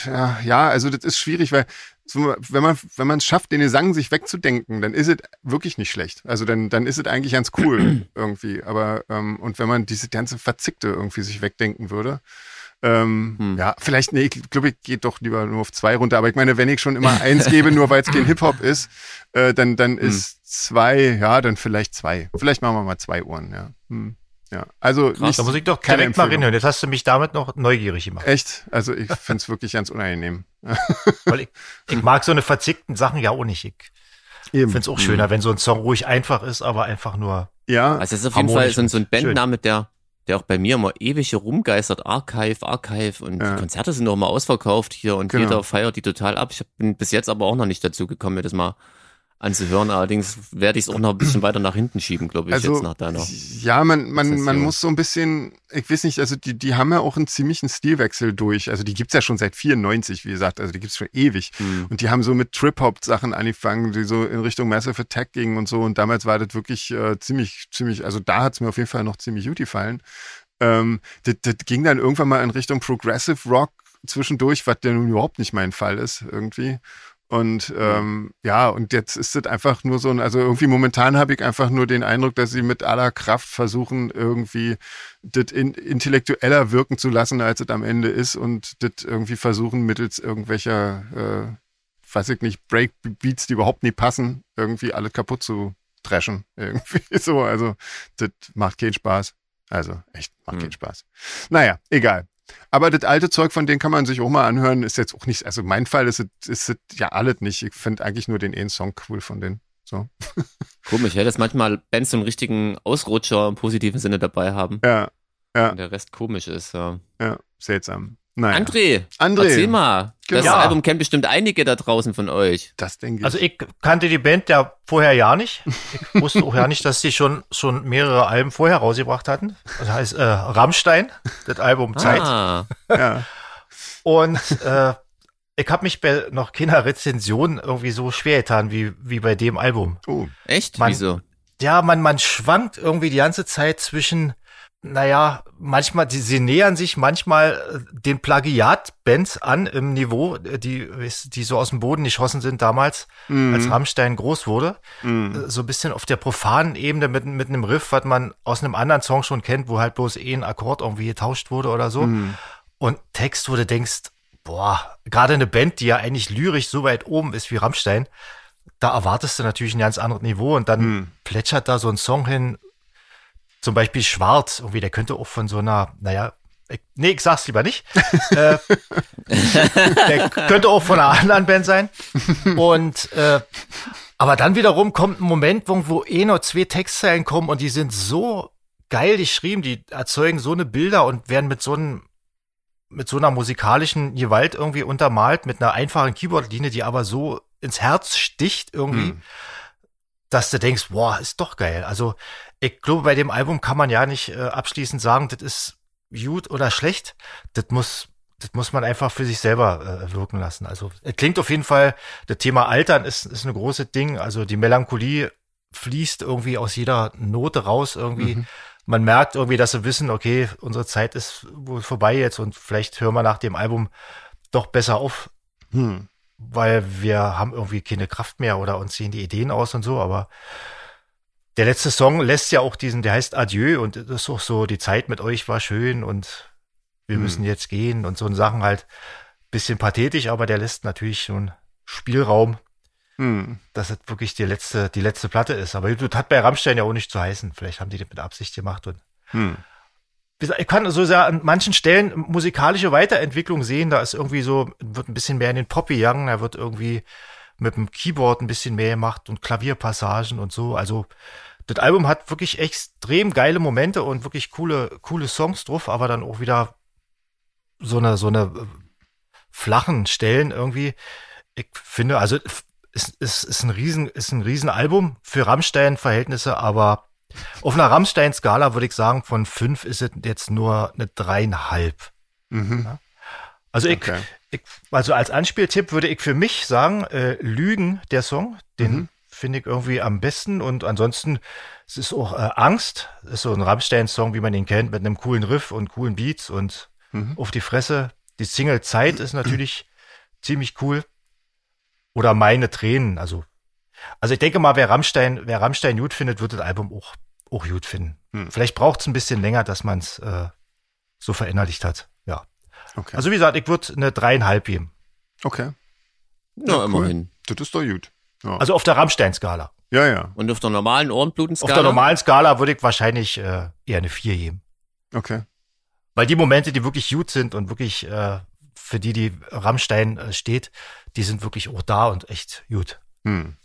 ja, ja, also das ist schwierig, weil so, wenn man wenn man es schafft, den Gesang sich wegzudenken, dann ist es wirklich nicht schlecht. Also dann dann ist es eigentlich ganz cool irgendwie. Aber ähm, und wenn man diese ganze Verzickte irgendwie sich wegdenken würde, ähm, Hm. ja, vielleicht nee, ich glaube, ich gehe doch lieber nur auf zwei runter. Aber ich meine, wenn ich schon immer eins gebe, nur weil es kein Hip Hop ist, äh, dann dann Hm. ist zwei, ja, dann vielleicht zwei. Vielleicht machen wir mal zwei Ohren, ja. Hm. Ja, also Da muss ich doch keine direkt mal Empfehlung. reinhören. Jetzt hast du mich damit noch neugierig gemacht. Echt? Also ich find's wirklich ganz unangenehm. Weil ich, ich mag so eine verzickten Sachen ja auch nicht. Ich Eben. finde es auch schöner, wenn so ein Song ruhig einfach ist, aber einfach nur. Ja, Also es ist auf jeden Fall Harmonisch so, ein- so ein und schön. Bandname, der, der auch bei mir immer ewig hier rumgeistert. Archive, Archive und Ja. die Konzerte sind noch mal ausverkauft hier und Genau. jeder feiert die total ab. Ich hab- bin bis jetzt aber auch noch nicht dazu gekommen, mir das mal anzuhören. Allerdings werde ich es auch noch ein bisschen weiter nach hinten schieben, glaube ich, Also jetzt nach deiner. Ja, man, man, man Rezession. muss so ein bisschen, ich weiß nicht, also die, die haben ja auch einen ziemlichen Stilwechsel durch. Also die gibt's ja schon seit 94, wie gesagt, also die gibt's schon ewig. Hm. Und die haben so mit Trip-Hop-Sachen angefangen, die so in Richtung Massive Attack gingen und so. Und damals war das wirklich äh, ziemlich, ziemlich, also da hat's mir auf jeden Fall noch ziemlich gut gefallen. Ähm, das, das ging dann irgendwann mal in Richtung Progressive Rock zwischendurch, was ja nun überhaupt nicht mein Fall ist, irgendwie. Und ähm, ja, und jetzt ist das einfach nur so ein, also irgendwie momentan habe ich einfach nur den Eindruck, dass sie mit aller Kraft versuchen, irgendwie das in, intellektueller wirken zu lassen, als es am Ende ist und das irgendwie versuchen mittels irgendwelcher, äh, weiß ich nicht, Breakbeats, die überhaupt nie passen, irgendwie alles kaputt zu dreschen. Irgendwie so, also das macht keinen Spaß. Also echt, macht Hm. keinen Spaß. Naja, egal. Aber das alte Zeug, von denen kann man sich auch mal anhören, ist jetzt auch nicht, also mein Fall ist es ist es ja alles nicht. Ich finde eigentlich nur den einen Song cool von denen. So. Komisch, ja, dass manchmal Bands so einen richtigen Ausrutscher im positiven Sinne dabei haben Ja, ja, und der Rest komisch ist. Ja. ja, seltsam. Naja. André, André. erzähl mal. Das Genau. Album kennen bestimmt einige da draußen von euch. Das denke ich. Also ich kannte die Band ja vorher ja nicht. Ich wusste auch ja nicht, dass die schon, schon mehrere Alben vorher rausgebracht hatten. Das heißt äh, Rammstein, das Album Zeit. Ah, ja. Und äh, ich habe mich bei noch keiner Rezension irgendwie so schwer getan wie, wie bei dem Album. Oh, echt? Mann. Wieso? Ja, man, man schwankt irgendwie die ganze Zeit zwischen, naja, manchmal, die, sie nähern sich manchmal äh, den Plagiat-Bands an im Niveau, äh, die, die so aus dem Boden geschossen sind damals, Hm. Mhm. als Rammstein groß wurde. Äh, So ein bisschen auf der profanen Ebene mit, mit einem Riff, was man aus einem anderen Song schon kennt, wo halt bloß eh ein Akkord irgendwie getauscht wurde oder so. Und Text, wo du denkst, boah, gerade eine Band, die ja eigentlich lyrisch so weit oben ist wie Rammstein, da erwartest du natürlich ein ganz anderes Niveau und dann plätschert da so ein Song hin, zum Beispiel Schwarz, irgendwie, der könnte auch von so einer, naja, ich, nee, ich sag's lieber nicht. äh, der könnte auch von einer anderen Band sein. Und äh, aber dann wiederum kommt ein Moment, wo- wo eh nur zwei Textzeilen kommen und die sind so geil geschrieben, die erzeugen so eine Bilder und werden mit so einem mit so einer musikalischen Gewalt irgendwie untermalt, mit einer einfachen Keyboardlinie, die aber so ins Herz sticht irgendwie, Hm. dass du denkst, boah, ist doch geil. Also ich glaube, bei dem Album kann man ja nicht äh, abschließend sagen, das ist gut oder schlecht. Das muss, das muss man einfach für sich selber äh, wirken lassen. Also es klingt auf jeden Fall, das Thema Altern ist, ist ein großes Ding. Also die Melancholie fließt irgendwie aus jeder Note raus irgendwie. Mhm. Man merkt irgendwie, dass sie wissen, okay, unsere Zeit ist wohl vorbei jetzt und vielleicht hören wir nach dem Album doch besser auf, Hm. weil wir haben irgendwie keine Kraft mehr oder uns sehen die Ideen aus und so, aber der letzte Song lässt ja auch diesen, der heißt Adieu und das ist auch so, die Zeit mit euch war schön und wir Hm. müssen jetzt gehen und so eine Sachen halt bisschen pathetisch, aber der lässt natürlich schon Spielraum, Hm. dass das wirklich die letzte, die letzte Platte ist. Aber das hat bei Rammstein ja auch nicht zu heißen. Vielleicht haben die das mit Absicht gemacht und Hm. wie gesagt, ich kann so sehr an manchen Stellen musikalische Weiterentwicklung sehen. Da ist irgendwie so, wird ein bisschen mehr in den Pop gegangen, da wird irgendwie mit dem Keyboard ein bisschen mehr gemacht und Klavierpassagen und so. Also das Album hat wirklich extrem geile Momente und wirklich coole, coole Songs drauf, aber dann auch wieder so eine, so eine äh, flachen Stellen irgendwie. Ich finde, also ist, ist, ist ein riesen, ist ein riesen Album für Rammstein-Verhältnisse, aber auf einer Rammstein-Skala würde ich sagen, von fünf ist es jetzt nur eine dreieinhalb. Mhm. Also ich, Okay. ich, also als Anspieltipp würde ich für mich sagen, äh, Lügen, der Song, den finde ich irgendwie am besten. Und ansonsten, es ist auch äh, Angst, ist so ein Rammstein-Song, wie man ihn kennt, mit einem coolen Riff und coolen Beats und auf die Fresse. Die Single Zeit ist natürlich ziemlich cool. Oder meine Tränen, also. Also ich denke mal, wer Rammstein, wer Rammstein gut findet, wird das Album auch, auch gut finden. Hm. Vielleicht braucht es ein bisschen länger, dass man es äh, so verinnerlicht hat. Ja. Okay. Also wie gesagt, ich würde eine dreieinhalb geben. okay. Na, cool. immerhin. Das ist doch gut. Ja, Also auf der Rammstein-Skala. ja. ja. Und auf der normalen Auf Ohrenblutenskala? der normalen Skala würde ich wahrscheinlich äh, eher eine vier geben. Okay. Weil die Momente, die wirklich gut sind und wirklich äh, für die, die Rammstein äh, steht, die sind wirklich auch da und echt gut. Hm.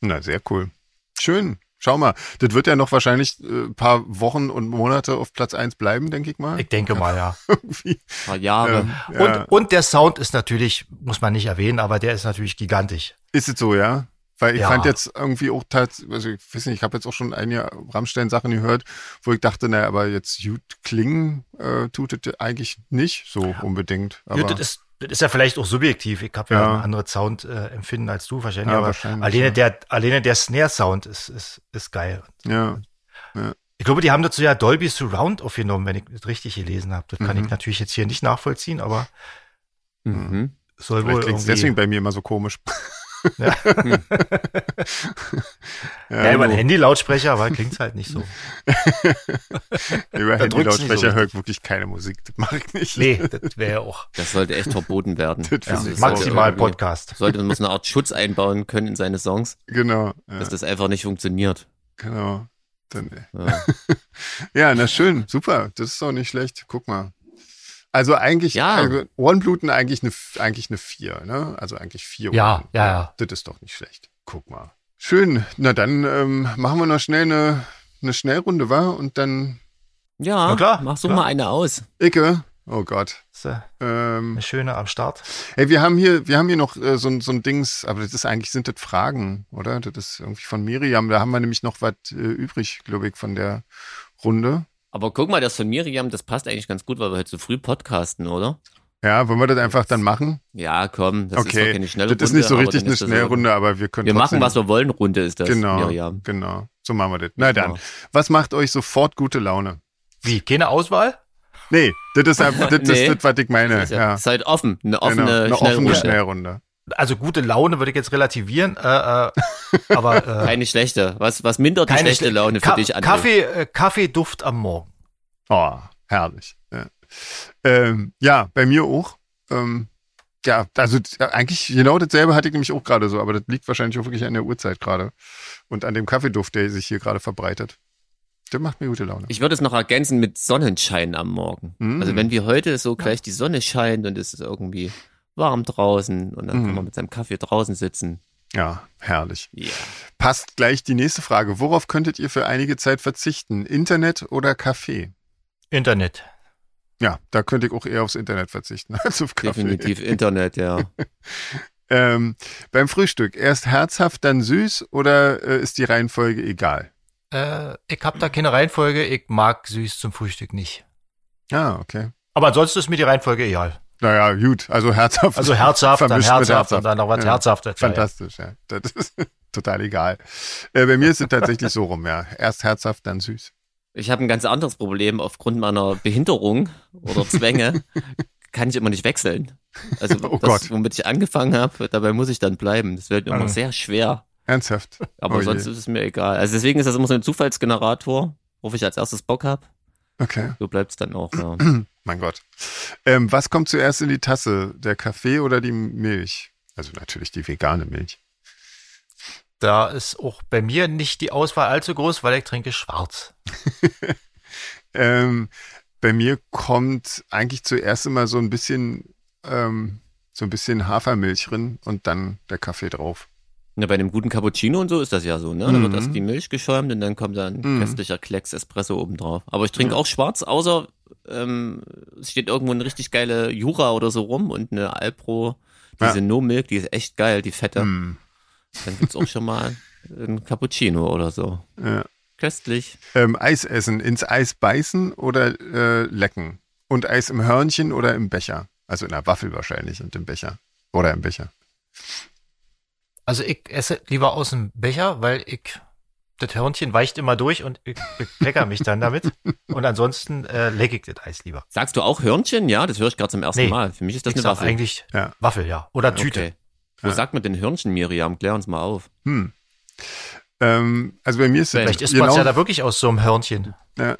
Na, sehr cool. Schön. Schau mal, das wird ja noch wahrscheinlich äh, ein paar Wochen und Monate auf Platz 1 bleiben, denke ich mal. Ich denke mal, ja. Irgendwie. Ein paar Jahre. Ja, Und, ja. und der Sound ist natürlich, muss man nicht erwähnen, aber der ist natürlich gigantisch. Ist es so, ja? Weil ich Ja. fand jetzt irgendwie auch tatsächlich, also ich weiß nicht, ich habe jetzt auch schon einige Rammstein-Sachen gehört, wo ich dachte, naja, aber jetzt gut klingen äh, tut es eigentlich nicht so unbedingt. Aber Gut, das, ist, das ist ja vielleicht auch subjektiv. Ich habe ja, Ja. ein anderes Sound äh, empfinden als du wahrscheinlich. Ja, aber wahrscheinlich, alleine, ja. der, alleine der Snare-Sound ist, ist, ist geil. ja, Ich glaube, die haben dazu ja Dolby Surround aufgenommen, wenn ich das richtig gelesen habe. Das kann Mhm. ich natürlich jetzt hier nicht nachvollziehen, aber Mhm. soll wohl vielleicht klingt irgendwie. es deswegen bei mir immer so komisch. Ja. ja, ja, über den Handy-Lautsprecher, weil klingt's halt nicht so. über drückt's nicht so Handy-Lautsprecher richtig. höre ich wirklich keine Musik. Das mache ich nicht. Nee, das wäre ja auch Das sollte echt verboten werden. Das ja, finde ich sollte maximal irgendwie- Podcast. Sollte man muss eine Art Schutz einbauen können in seine Songs, Genau. Ja, dass das einfach nicht funktioniert. genau. Dann, Ja, ja, na schön, super. Das ist doch nicht schlecht. Guck mal. Also eigentlich, Ja. also Ohrenbluten eigentlich eine, eigentlich eine vier, ne? Also eigentlich vier Ja, Ohren. ja, ja. Das ist doch nicht schlecht. Guck mal. Schön. Na dann ähm, machen wir noch schnell eine, eine Schnellrunde, wa? Und dann ja Na klar, mach so klar. mal eine aus. Icke. Oh Gott. Das ist äh, Ähm, eine schöne am Start. Hey, wir haben hier, wir haben hier noch äh, so, ein- so ein Dings, aber das ist eigentlich, sind das Fragen, oder? Das ist irgendwie von Miriam. Da haben wir nämlich noch was äh, übrig, glaube ich, von der Runde. Aber guck mal, das von Miriam, das passt eigentlich ganz gut, weil wir heute so früh podcasten, oder? Ja, wollen wir das einfach dann machen? Ja, komm, das ist doch okay. keine schnelle Runde. das ist nicht so aber richtig dann eine ist das Schnellrunde, aber wir so- können Wir machen, trotzdem, was wir wollen, Runde ist das, Genau, Miriam. genau. So machen wir das. Na dann, Ja. was macht euch sofort gute Laune? Wie? Keine Auswahl? Nee, das ist einfach, das Nee. ist das, was ich meine. Ist ja, Ja, ist halt offen, genau. eine offene Eine offene Schnellrunde. Schnellrunde. Also gute Laune würde ich jetzt relativieren, äh, äh, aber äh, Keine schlechte. Was, was mindert die schlechte schle- Laune für Ka dich an? Kaffee, äh, Kaffeeduft am Morgen. Oh, herrlich. Ja, ähm, ja bei mir auch. Ähm, ja, also t- eigentlich genau dasselbe hatte ich nämlich auch gerade so, aber das liegt wahrscheinlich auch wirklich an der Uhrzeit gerade und an dem Kaffeeduft, der sich hier gerade verbreitet. Der macht mir gute Laune. Ich würde es noch ergänzen mit Sonnenschein am Morgen. Mm. Also wenn wir heute so gleich die Sonne scheint und es ist irgendwie warm draußen und dann Mm. kann man mit seinem Kaffee draußen sitzen. Ja, herrlich. Ja. Passt gleich die nächste Frage. Worauf könntet ihr für einige Zeit verzichten? Internet oder Kaffee? Internet. Ja, da könnte ich auch eher aufs Internet verzichten als auf Kaffee. Definitiv Internet, ja. Ähm, beim Frühstück erst herzhaft, dann süß oder äh, ist die Reihenfolge egal? Äh, ich habe da keine Reihenfolge, ich mag süß zum Frühstück nicht. Ah, okay. Aber ansonsten ist mir die Reihenfolge egal. Naja, gut, also herzhaft. Also herzhaft, dann Vermischt mit herzhaft und dann noch was Ja. herzhaftes. Ja, ja. Fantastisch, ja. Das ist total egal. Äh, bei mir ist es tatsächlich so rum, ja. Erst herzhaft, dann süß. Ich habe ein ganz anderes Problem. Aufgrund meiner Behinderung oder Zwänge kann ich immer nicht wechseln. Also Oh das, Gott. womit ich angefangen habe, dabei muss ich dann bleiben. Das wird mir immer Mhm. sehr schwer. Ernsthaft. Aber Oh je. sonst ist es mir egal. Also deswegen ist das immer so ein Zufallsgenerator, worauf ich als erstes Bock habe. Okay, So bleibt es dann auch. Ja. mein Gott. Ähm, was kommt zuerst in die Tasse? Der Kaffee oder die Milch? Also natürlich die vegane Milch. Da ist auch bei mir nicht die Auswahl allzu groß, weil ich trinke schwarz. Ähm, bei mir kommt eigentlich zuerst immer so ein bisschen, ähm, so ein bisschen Hafermilch drin und dann der Kaffee drauf. Na, bei einem guten Cappuccino und so ist das ja so, ne? Dann wird Mhm. erst die Milch geschäumt und dann kommt dann ein köstlicher Klecks Espresso oben drauf. Aber ich trinke auch schwarz, außer ähm, es steht irgendwo eine richtig geile Jura oder so rum und eine Alpro, diese Ja. No Milk, die ist echt geil, die Mhm. fette. Hm. Dann gibt's auch schon mal ein Cappuccino oder so. Ja. Köstlich. Ähm, Eis essen, ins Eis beißen oder äh, lecken. Und Eis im Hörnchen oder im Becher. Also in der Waffel wahrscheinlich und im Becher. Oder im Becher. Also ich esse lieber aus dem Becher, weil ich das Hörnchen weicht immer durch und ich beklecker mich dann damit. Und ansonsten äh, lecke ich das Eis lieber. Sagst du auch Hörnchen? Ja, das höre ich gerade zum ersten Nee. Mal. Für mich ist das Ich eine sag Waffel. eigentlich Ja. Waffel, ja. Oder Tüte. Okay. Wo Ja. sagt man denn Hörnchen, Miriam? Klär uns mal auf. Hm. Ähm, also bei mir ist es genau Vielleicht isst man es ja da wirklich aus so einem Hörnchen. Ja.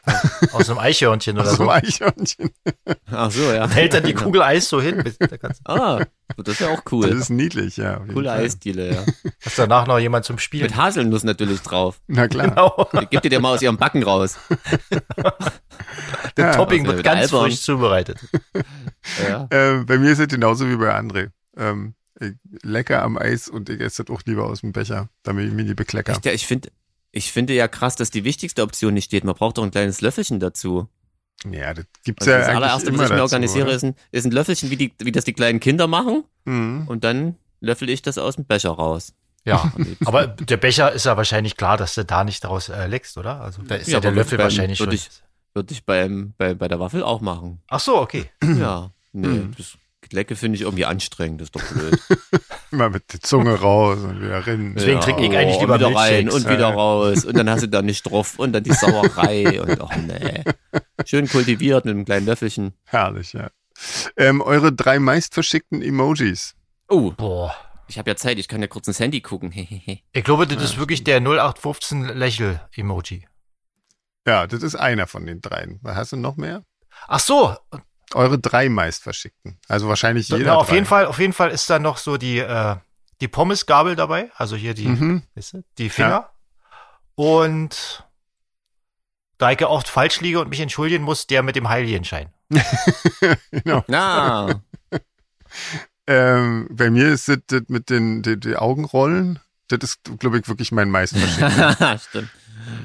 Aus einem Eichhörnchen oder aus dem so. Eichhörnchen. Ach so, ja. Hält dann die Kugel Eis so hin, bis da kannst, Ah, das ist ja auch Das cool. ist niedlich, ja. auf jeden Coole Fall. Eisdiele, ja. hast danach noch jemand zum Spielen. Mit Haselnuss natürlich drauf. Na klar. Genau. Gib dir der mal aus ihrem Backen raus. Das Topping Also wird mit ganz Albern. frisch zubereitet. Ja. Äh, bei mir ist es genauso wie bei André. Ähm, ich- lecker am Eis und ich esse das auch lieber aus dem Becher, damit ich mich nicht beklecker. Echt, ja, ich finde ich finde ja krass, dass die wichtigste Option nicht steht. Man braucht doch ein kleines Löffelchen dazu. Ja, das gibt's Also ja das eigentlich allererste, immer was ich mir dazu, organisiere, oder? ist ein, ist ein Löffelchen, wie, die, wie das die kleinen Kinder machen. Mhm. Und dann löffel ich das aus dem Becher raus. Ja, aber der Becher ist ja wahrscheinlich klar, dass du da nicht draus äh, leckst, oder? Also da ist Ja, ja, der aber Löffel beim- wahrscheinlich schon. würde ich- Würde ich beim, bei, bei der Waffel auch machen. Ach so, okay. Ja. Nee, Mhm. das Lecke finde ich irgendwie anstrengend. Das ist doch blöd. Immer mit der Zunge raus und wieder rennen. Deswegen ja, trinke ich eigentlich oh, lieber wieder rein Milchshakes. und wieder raus und dann hast du da nicht drauf und dann die Sauerei und oh nee. Schön kultiviert mit einem kleinen Löffelchen. oh, Herrlich, ja. Ähm, eure drei meistverschickten Emojis. Oh, Boah. ich habe ja Zeit, ich kann ja kurz ins Handy gucken. Ich glaube, das ist wirklich der 0815 Lächel-Emoji. Ja, das ist einer von den dreien. Hast du noch mehr? Ach so, Eure drei meistverschickten. Also wahrscheinlich jeder. na, auf drei. jeden Fall, auf jeden Fall ist da noch so die, äh, die Pommesgabel dabei, also hier die, Mhm. weißt du, die Finger. Und da ich ja oft falsch liege und mich entschuldigen muss, der mit dem Heiligenschein. genau. Na, Ähm, bei mir ist das, das mit den die, die Augenrollen. Das ist, glaube ich, wirklich mein meistverschickter. stimmt.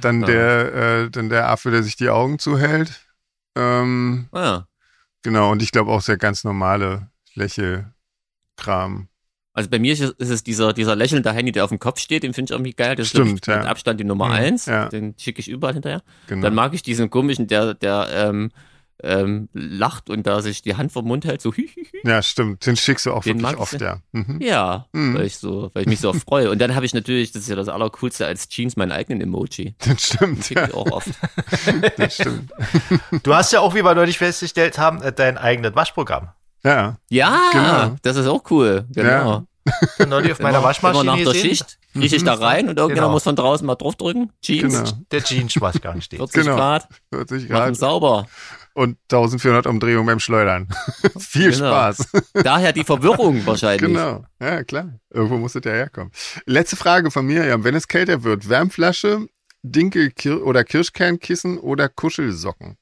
Dann Ja. der, äh, dann der Affe, der sich die Augen zuhält. Ähm, Ah, genau, und ich glaube auch sehr ganz normale Lächelkram. also bei mir ist es, ist es dieser, dieser lächelnde Handy, der auf dem Kopf steht, den finde ich irgendwie geil. Das ist Stimmt, glaub ich, mit ja. Abstand die Nummer Mhm, eins. ja. Den schicke ich überall hinterher. Genau. Dann mag ich diesen komischen, der, der ähm, ähm, lacht und da sich die Hand vom Mund hält, so hi, hi, hi. ja, stimmt. Den schickst du auch Den mag wirklich oft, ich ja. Mhm. Ja, Mhm. weil ich so, weil ich mich so freue. Und dann habe ich natürlich, das ist ja das Allercoolste als Jeans, meinen eigenen Emoji. Das stimmt, Schicke ja, ich auch oft. das stimmt. Du hast ja auch, wie wir neulich festgestellt haben, äh, dein eigenes Waschprogramm. Ja, Ja, Genau. das ist auch cool. Genau. Ich hab Neulich auf meiner immer Waschmaschine nach der gesehen, Schicht rieche ich da rein und irgendjemand Genau. muss von draußen mal draufdrücken. Jeans, Mhm. genau. der Jeans-Waschgang steht. 40 Genau. also Grad, 40 machen Grad sauber. und 1400 Umdrehungen beim Schleudern. Viel Genau. Spaß. Daher die Verwirrung wahrscheinlich. Genau. Ja, klar. Irgendwo muss es ja herkommen. Letzte Frage von mir, ja. Wenn es kälter wird, Wärmflasche, Dinkel- Kir- oder Kirschkernkissen oder Kuschelsocken?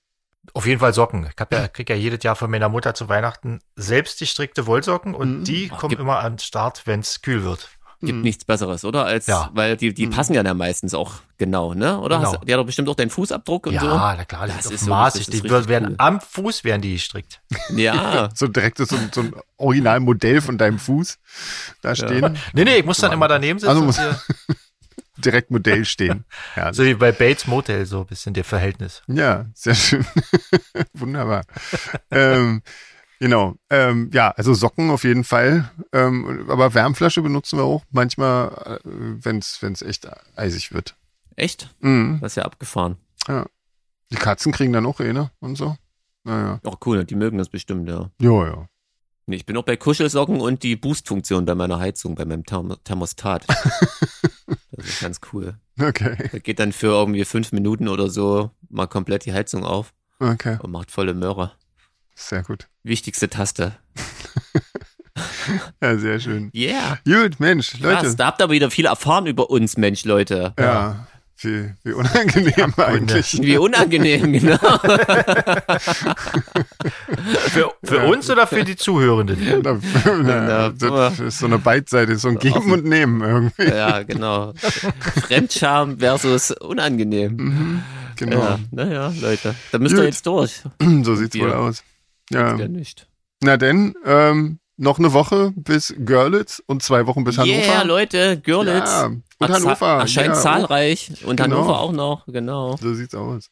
Auf jeden Fall Socken. Ich hab ja, krieg ja jedes Jahr von meiner Mutter zu Weihnachten selbst gestrickte Wollsocken und Mhm. die Ach, kommen gibt- immer an den Start, wenn es kühl wird. Gibt Mhm. nichts Besseres, oder? Als, Ja. Weil die, die Mhm. passen ja dann meistens auch genau, ne? Oder? Genau. Hast, die hat doch bestimmt auch deinen Fußabdruck und ja, so. na klar, Das das, ist ist so, maßig. das Die ist wird- richtig werden cool. am Fuß werden die gestrickt. Ja. so direkt so, so ein Originalmodell von deinem Fuß da stehen. Nee, nee, ich muss dann immer daneben sitzen. Also und muss- hier, Direkt Modell stehen. Ja, so wie bei Bates Motel, so ein bisschen der Verhältnis. ja sehr schön. Wunderbar. ähm, genau. Ähm, ja, also Socken auf jeden Fall. Ähm, aber Wärmflasche benutzen wir auch manchmal, äh, wenn es echt eisig wird. Echt? Mhm. Das ist ja abgefahren. Die Katzen kriegen dann auch eine und so. Naja. Auch cool, die mögen das bestimmt, ja. Ja, ja. Nee, ich bin auch bei Kuschelsocken und die Boost-Funktion bei meiner Heizung, bei meinem Therm Thermostat. das ist ganz cool. Okay, Da geht dann für irgendwie fünf Minuten oder so mal komplett die Heizung auf okay. und macht volle Möhre. Sehr gut. Wichtigste Taste. Ja, sehr schön. Yeah. Gut, Mensch, Leute. Krass, da habt ihr aber wieder viel erfahren über uns, Mensch, Leute. ja. Wie, wie unangenehm eigentlich. Wie unangenehm, genau. Für, für uns oder für die Zuhörenden? Na, na, das ist so eine Beidseite, so ein Geben und Nehmen irgendwie. Ja, genau. Fremdscham versus unangenehm. Genau. Ja, naja, Leute. Da müsst ihr Gut. Ähm, jetzt durch. Genau. So sieht's wohl Ja. aus. Ja. Ja, nicht. Na denn, ähm, noch eine Woche bis Görlitz und zwei Wochen bis Hannover. Yeah, Leute, Görlitz. Ja, und Hannover. Erscheint ja, zahlreich. Und Genau. Hannover auch noch, genau. So sieht's aus.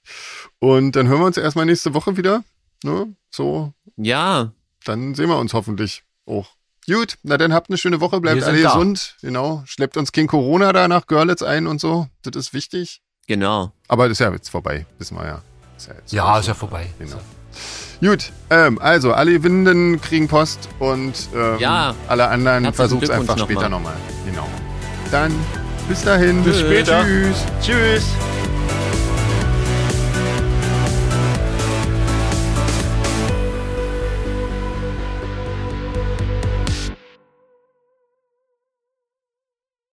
Und dann hören wir uns erstmal nächste Woche wieder. Ne? So, Ja, dann sehen wir uns hoffentlich auch. Gut, na dann habt eine schöne Woche, bleibt Wir alle sind da. gesund. Genau, schleppt uns kein Corona da nach Görlitz ein und so. Das ist wichtig. genau. Aber das ist ja jetzt vorbei, wissen wir ja. Ist ja, jetzt Ja, ist ja vorbei. Genau. Gut, ähm, also alle Gewinnenden kriegen Post und ähm, Ja. alle anderen Herzlichen versucht es Glückwunsch einfach später nochmal. nochmal. Genau. Dann bis dahin. Bis später. Tschüss. Tschüss.